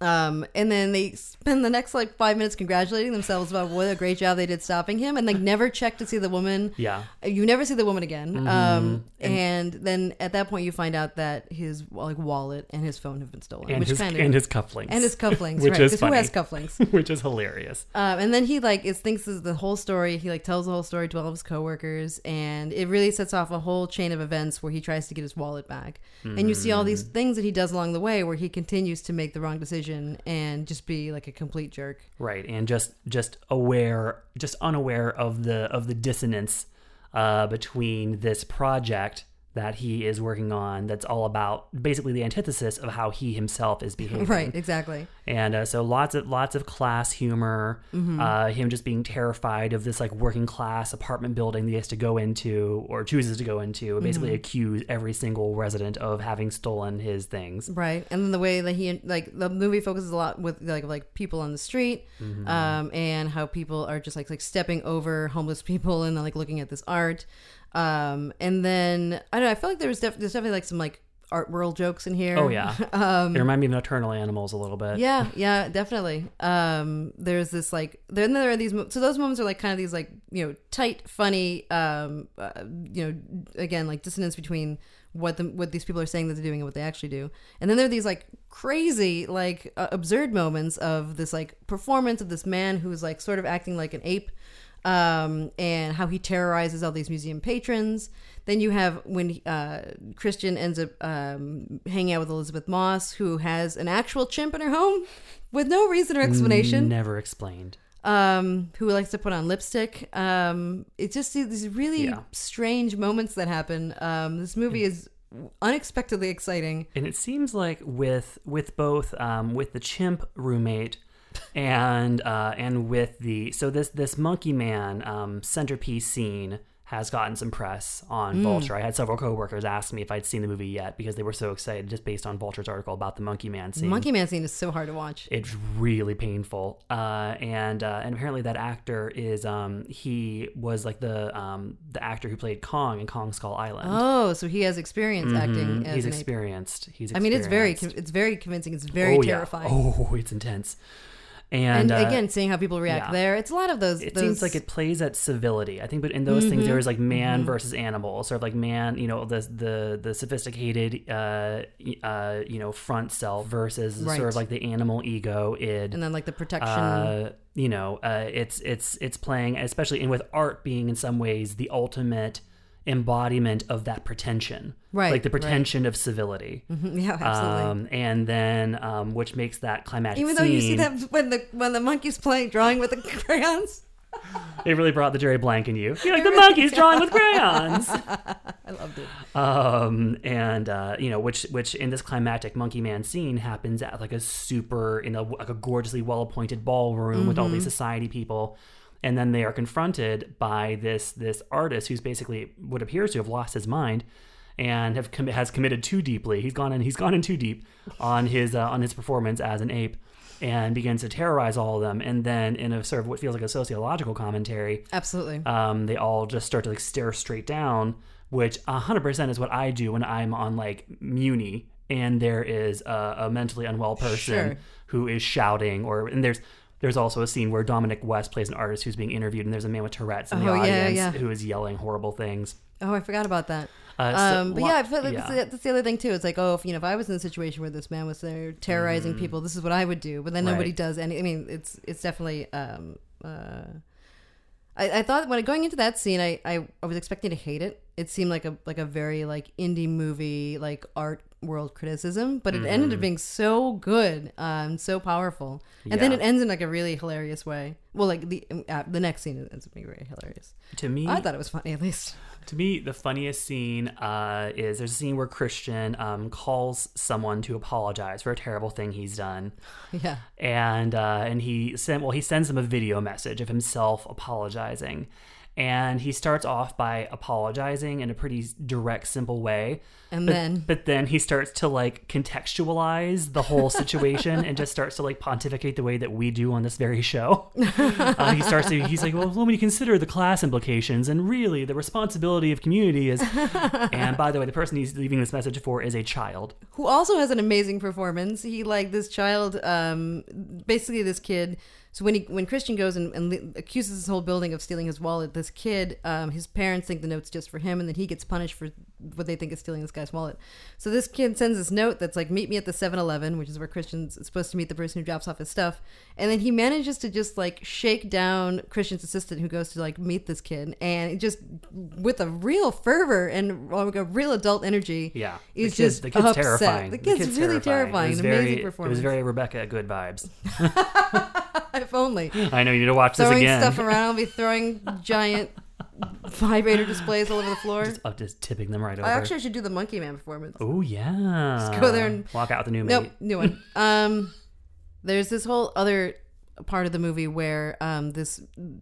um, and then they spend the next like five minutes congratulating themselves about what a great job they did stopping him, and like never check to see the woman.
Yeah.
You never see the woman again.
Mhm.
Um, and, then at that point, you find out that his like wallet and his phone have been stolen,
and
which
his
kind of
and his cufflinks
and his cufflinks,
which
right?
is
Because who has
funny.
cufflinks?
which is hilarious.
Um, and then he like is thinks is the whole story. He like tells the whole story to all of his coworkers, and it really sets off a whole chain of events where he tries to get his wallet back. And you see all these things that he does along the way where he continues to make the wrong decision and just be like a complete jerk.
right and just just aware just unaware of the of the dissonance uh, between this project that he is working on that's all about basically the antithesis of how he himself is behaving
Right, exactly.
and uh, so lots of lots of class humor
Mhm.
uh, him just being terrified of this like working class apartment building that he has to go into or chooses to go into and basically
Mhm.
accuse every single resident of having stolen his things
Right, and then the way that he like the movie focuses a lot with like like people on the street,
Mhm.
um, and how people are just like like stepping over homeless people and then like looking at this art, um, and then I don't know. I feel like there was def- there's definitely like some like art world jokes in here.
oh yeah
um,
it reminded me of nocturnal animals a little bit
yeah, yeah, definitely. Um, there's this like there, and then there are these mo- so those moments are like kind of these like you know tight, funny, um, uh, you know, again like dissonance between what the what these people are saying that they're doing and what they actually do, and then there are these like crazy, like uh, absurd moments of this like performance of this man who's like sort of acting like an ape. Um, and how he terrorizes all these museum patrons. Then you have when uh, Christian ends up um, hanging out with Elizabeth Moss, who has an actual chimp in her home with no reason or explanation.
never explained
Um, who likes to put on lipstick? Um, it's just these- these really
Yeah.
strange moments that happen. Um, this movie is unexpectedly exciting.
And it seems like with with both um, with the chimp roommate and uh, and with the so this this monkey man um, centerpiece scene has gotten some press on
Mm.
Vulture. I had several coworkers ask me if I'd seen the movie yet because they were so excited just based on Vulture's article about the Monkey Man scene.
Monkey Man scene is so hard to watch.
It's really painful. Uh, and uh, and apparently that actor is um he was like the um the actor who played Kong in Kong Skull Island.
Oh, so he has experience acting
Mhm.
as
he's
an ape.
experienced. He's
I mean, it's very
experienced.
con- it's very convincing. It's very
Oh, yeah.
terrifying.
Oh, it's intense. And,
And,
uh,
again, seeing how people react
yeah.
there, it's a lot of those.
it
those...
seems like it plays at civility. I think, but in those things, there
Mhm.
is like man
Mhm.
versus animal, sort of like man, you know, the the the sophisticated, uh, y- uh, you know, front self versus the sort
Right.
of like the animal ego id,
And then, like, the protection- Mm.
Uh, you know, uh, it's it's it's playing, especially and with art being in some ways the ultimate embodiment of that pretension,
Right,
Like the
right.
pretension of civility,
Mhm, yeah, absolutely.
Um, and then, um, which makes that climatic.
even though you see
scene-
that when the when the monkeys playing drawing with the crayons.
it really brought the Jerry Blank in you. You're like
It
the
really-
monkeys drawing with crayons.
I loved it.
Um, and uh, you know, which which in this climactic monkey man scene happens at like a super in a like a gorgeously well appointed ballroom with all these
Mhm.
society people, and then they are confronted by this this artist who's basically what appears to have lost his mind. And have com- has committed too deeply. He's gone in. He's gone in too deep on his uh, on his performance as an ape, and begins to terrorize all of them. And then, in a sort of what feels like a sociological commentary,
Absolutely.
um, they all just start to like stare straight down, which 100% is what I do when I'm on like Muni and there is a, a mentally unwell person
Sure.
who is shouting or and there's there's also a scene where Dominic West plays an artist who's being interviewed and there's a man with Tourette's in the
Oh, yeah,
audience
yeah.
who is yelling horrible things.
Oh, I forgot about that.
Uh, so
um, but
wha-
yeah, I feel like
yeah.
That's, the, that's the other thing too. It's like, oh, if you know, if I was in a situation where this man was there terrorizing
Mm.
people, this is what I would do. But then
Right.
nobody does any. I mean, it's it's definitely. Um, uh, I, I thought when going into that scene, I, I I was expecting to hate it. It seemed like a like a very like indie movie like art world criticism, but it ended up
Mhm.
Mm.
being so good, um, so powerful, and then
Yeah.
it ends in like a really hilarious way. Well, like the uh, the next scene ends up being very hilarious.
To me-
I thought it was funny at least.
To me, the funniest scene uh, is there's a scene where Christian um, calls someone to apologize for a terrible thing he's done.
Yeah.
And uh, and he sent well he sends him a video message of himself apologizing, and he starts off by apologizing in a pretty direct, simple way.
And
But-
then-
but then he starts to like contextualize the whole situation and just starts to like pontificate the way that we do on this very show. Uh, he starts to he's like, well, when you consider the class implications and really the responsibility of community is. and by the way, the person he's leaving this message for is a child.
who also has an amazing performance. He like this child, um, basically this kid. So when he when Christian goes and, and li- accuses this whole building of stealing his wallet, this kid, um, his parents think the note's just for him, and then he gets punished for what they think is stealing this guy's wallet. So this kid sends this note that's like, "Meet me at the 7-Eleven," which is where Christian's supposed to meet the person who drops off his stuff, and then he manages to just like shake down Christian's assistant who goes to like meet this kid, and just with a real fervor and uh, like a real adult energy,
Yeah,
is
the kid-
just
the kid's
upset.
terrifying.
The kid's, really
It
terrifying.
was
An
very,
amazing
It was
performance.
very Rebecca Good vibes.
if only.
I know you need to watch this
throwing
again.
stuff around. I'll be throwing giant vibrator displays all over the floor.
I'm Oh, just tipping them right over.
I actually should do the Monkey Man performance.
Oh yeah.
Just go there and
walk out with a new
nope,
mate.
new one. Um, there's this whole other part of the movie where um, this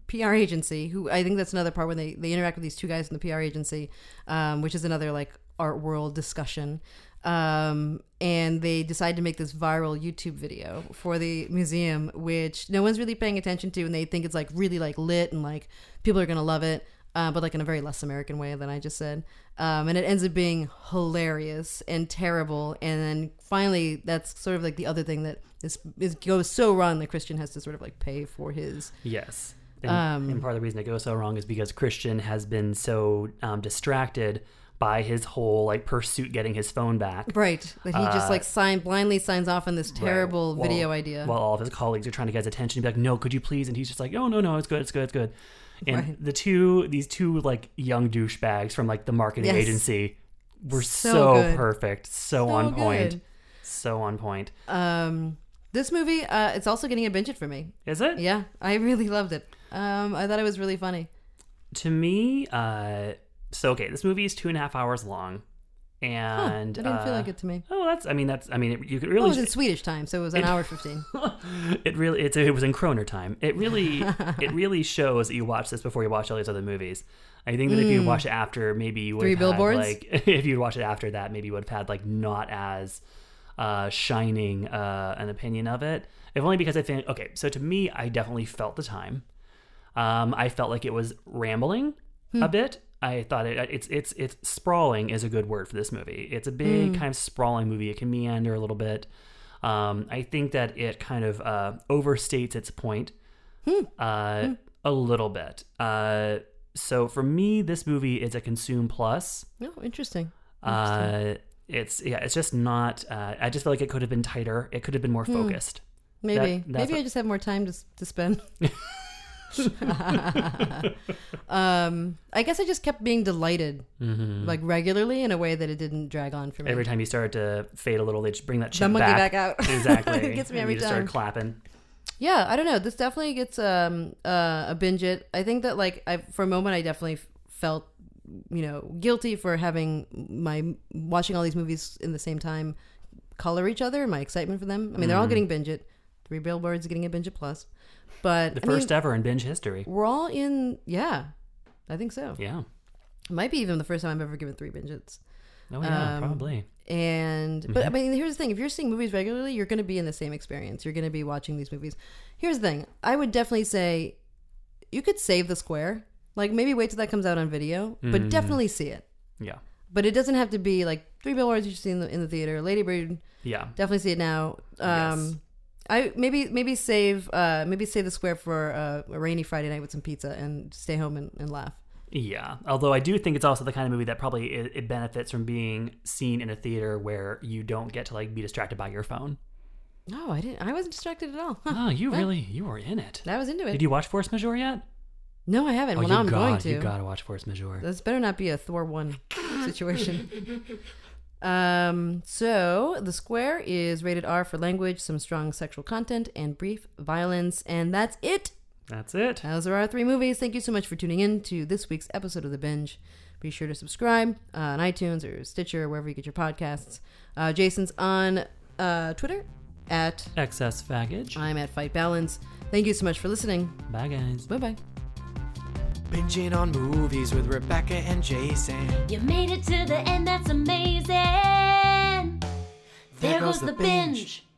PR agency, who I think that's another part when they they interact with these two guys from the PR agency, um, which is another like art world discussion. Um, and they decide to make this viral YouTube video for the museum, which no one's really paying attention to, and they think it's like really like lit and like people are gonna love it uh, but like in a very less American way than I just said. Um, and it ends up being hilarious and terrible. And then finally, that's sort of like the other thing that is, is goes so wrong that Christian has to sort of like pay for his.
Yes. And,
Um,
and part of the reason it goes so wrong is because Christian has been so um, distracted by his whole like pursuit getting his phone back.
Right, that he just
Uh,
like sign blindly signs off on this
right,
terrible
while-
video idea.
While all of his colleagues are trying to get his attention, be like, "No, could you please?" And he's just like, "Oh no, no, it's good, it's good, it's good." And
Right.
the two, these two like young douchebags from like the marketing
Yes.
agency, were
So
so,
good.
perfect, so,
So
on point,
good.
so on point.
Um, this movie, uh, it's also getting a binge it for me.
Is it?
Yeah, I really loved it. Um, I thought it was really funny.
to me uh so okay this movie is two and a half hours long and
I didn't feel
uh,
like it to me.
Oh, that's. I mean, that's. I mean, it, you could
Well,
really.
it was in Swedish time, so it was an
It-
hour fifteen.
It really it's it was in Kroner time. It really it really shows that you watch this before you watch all these other movies. I think that if you
Mm.
watch it after, maybe you would
Three
have
Billboards?
Had, like if you watch it after that, maybe you would have had like not as uh, shining uh, an opinion of it. If only because I think okay, so to me, I definitely felt the time. Um, I felt like it was rambling
Hmm.
a bit. I thought it, it's it's it's sprawling is a good word for this movie. It's a big
Hmm.
Mm.
kind of sprawling movie. It can meander a little bit. Um, I think that it kind of uh, overstates its point
Hmm.
uh, a little bit. Uh, so for me, this movie is a consume plus.
No, Oh, interesting.
Uh, it's yeah, it's just not. Uh, I just feel like it could have been tighter. It could have been more
Hmm.
focused.
Maybe.
That- that's
Maybe I just have more time to, s- to spend. um, I guess I just kept being delighted,
Mhm.
like regularly, in a way that it didn't drag on for me.
Every time you start to fade a little, they just bring that
The
chin
monkey
back.
back out.
Exactly.
It gets me
And
every
you just start
time.
clapping.
Yeah, I don't know. This definitely gets um uh, a binge it. I think that like I for a moment I definitely f- felt you know guilty for having my watching all these movies in the same time color each other and my excitement for them. I mean, they're all
Mhm.
getting binge it. Three billboards getting a binge it plus, but
The
I mean,
first e- ever in binge history.
We're all in. Yeah, I think so.
Yeah.
It might be even the first time I've ever given three binges.
Oh, yeah,
Um,
probably.
And but I
Mhm.
mean, here's the thing: if you're seeing movies regularly, you're going to be in the same experience. You're going to be watching these movies. Here's the thing: I would definitely say you could save the square. Like maybe wait till that comes out on video, but
Mm.
definitely see it.
Yeah.
But it doesn't have to be like three billboards you should see in the, in the theater. Ladybird.
Yeah.
Definitely see it now. Um, I maybe maybe save uh, maybe save the square for uh, a rainy Friday night with some pizza and stay home and, and laugh.
Yeah, although I do think it's also the kind of movie that probably it, it benefits from being seen in a theater where you don't get to like be distracted by your phone.
No, I didn't. I wasn't distracted at all.
Oh, you
Huh.
really you were in it.
I was into it.
Did you watch Force Majeure yet?
No, I haven't.
Oh,
well,
you
now I'm
gotta,
going to.
You gotta watch Force Majeure.
This better not be a Thor one situation. Um, so the square is rated R for language, some strong sexual content, and brief violence, and that's it.
That's it.
Those are our three movies. Thank you so much for tuning in to this week's episode of The Binge. Be sure to subscribe uh, on iTunes or Stitcher, wherever you get your podcasts. Uh, Jason's on uh, Twitter at
Excess Baggage.
I'm at Fight Balance. Thank you so much for listening.
Bye, guys.
Bye bye.
Binging on movies with Rebecca and Jason.
You made it to the end, that's amazing. There goes the binge.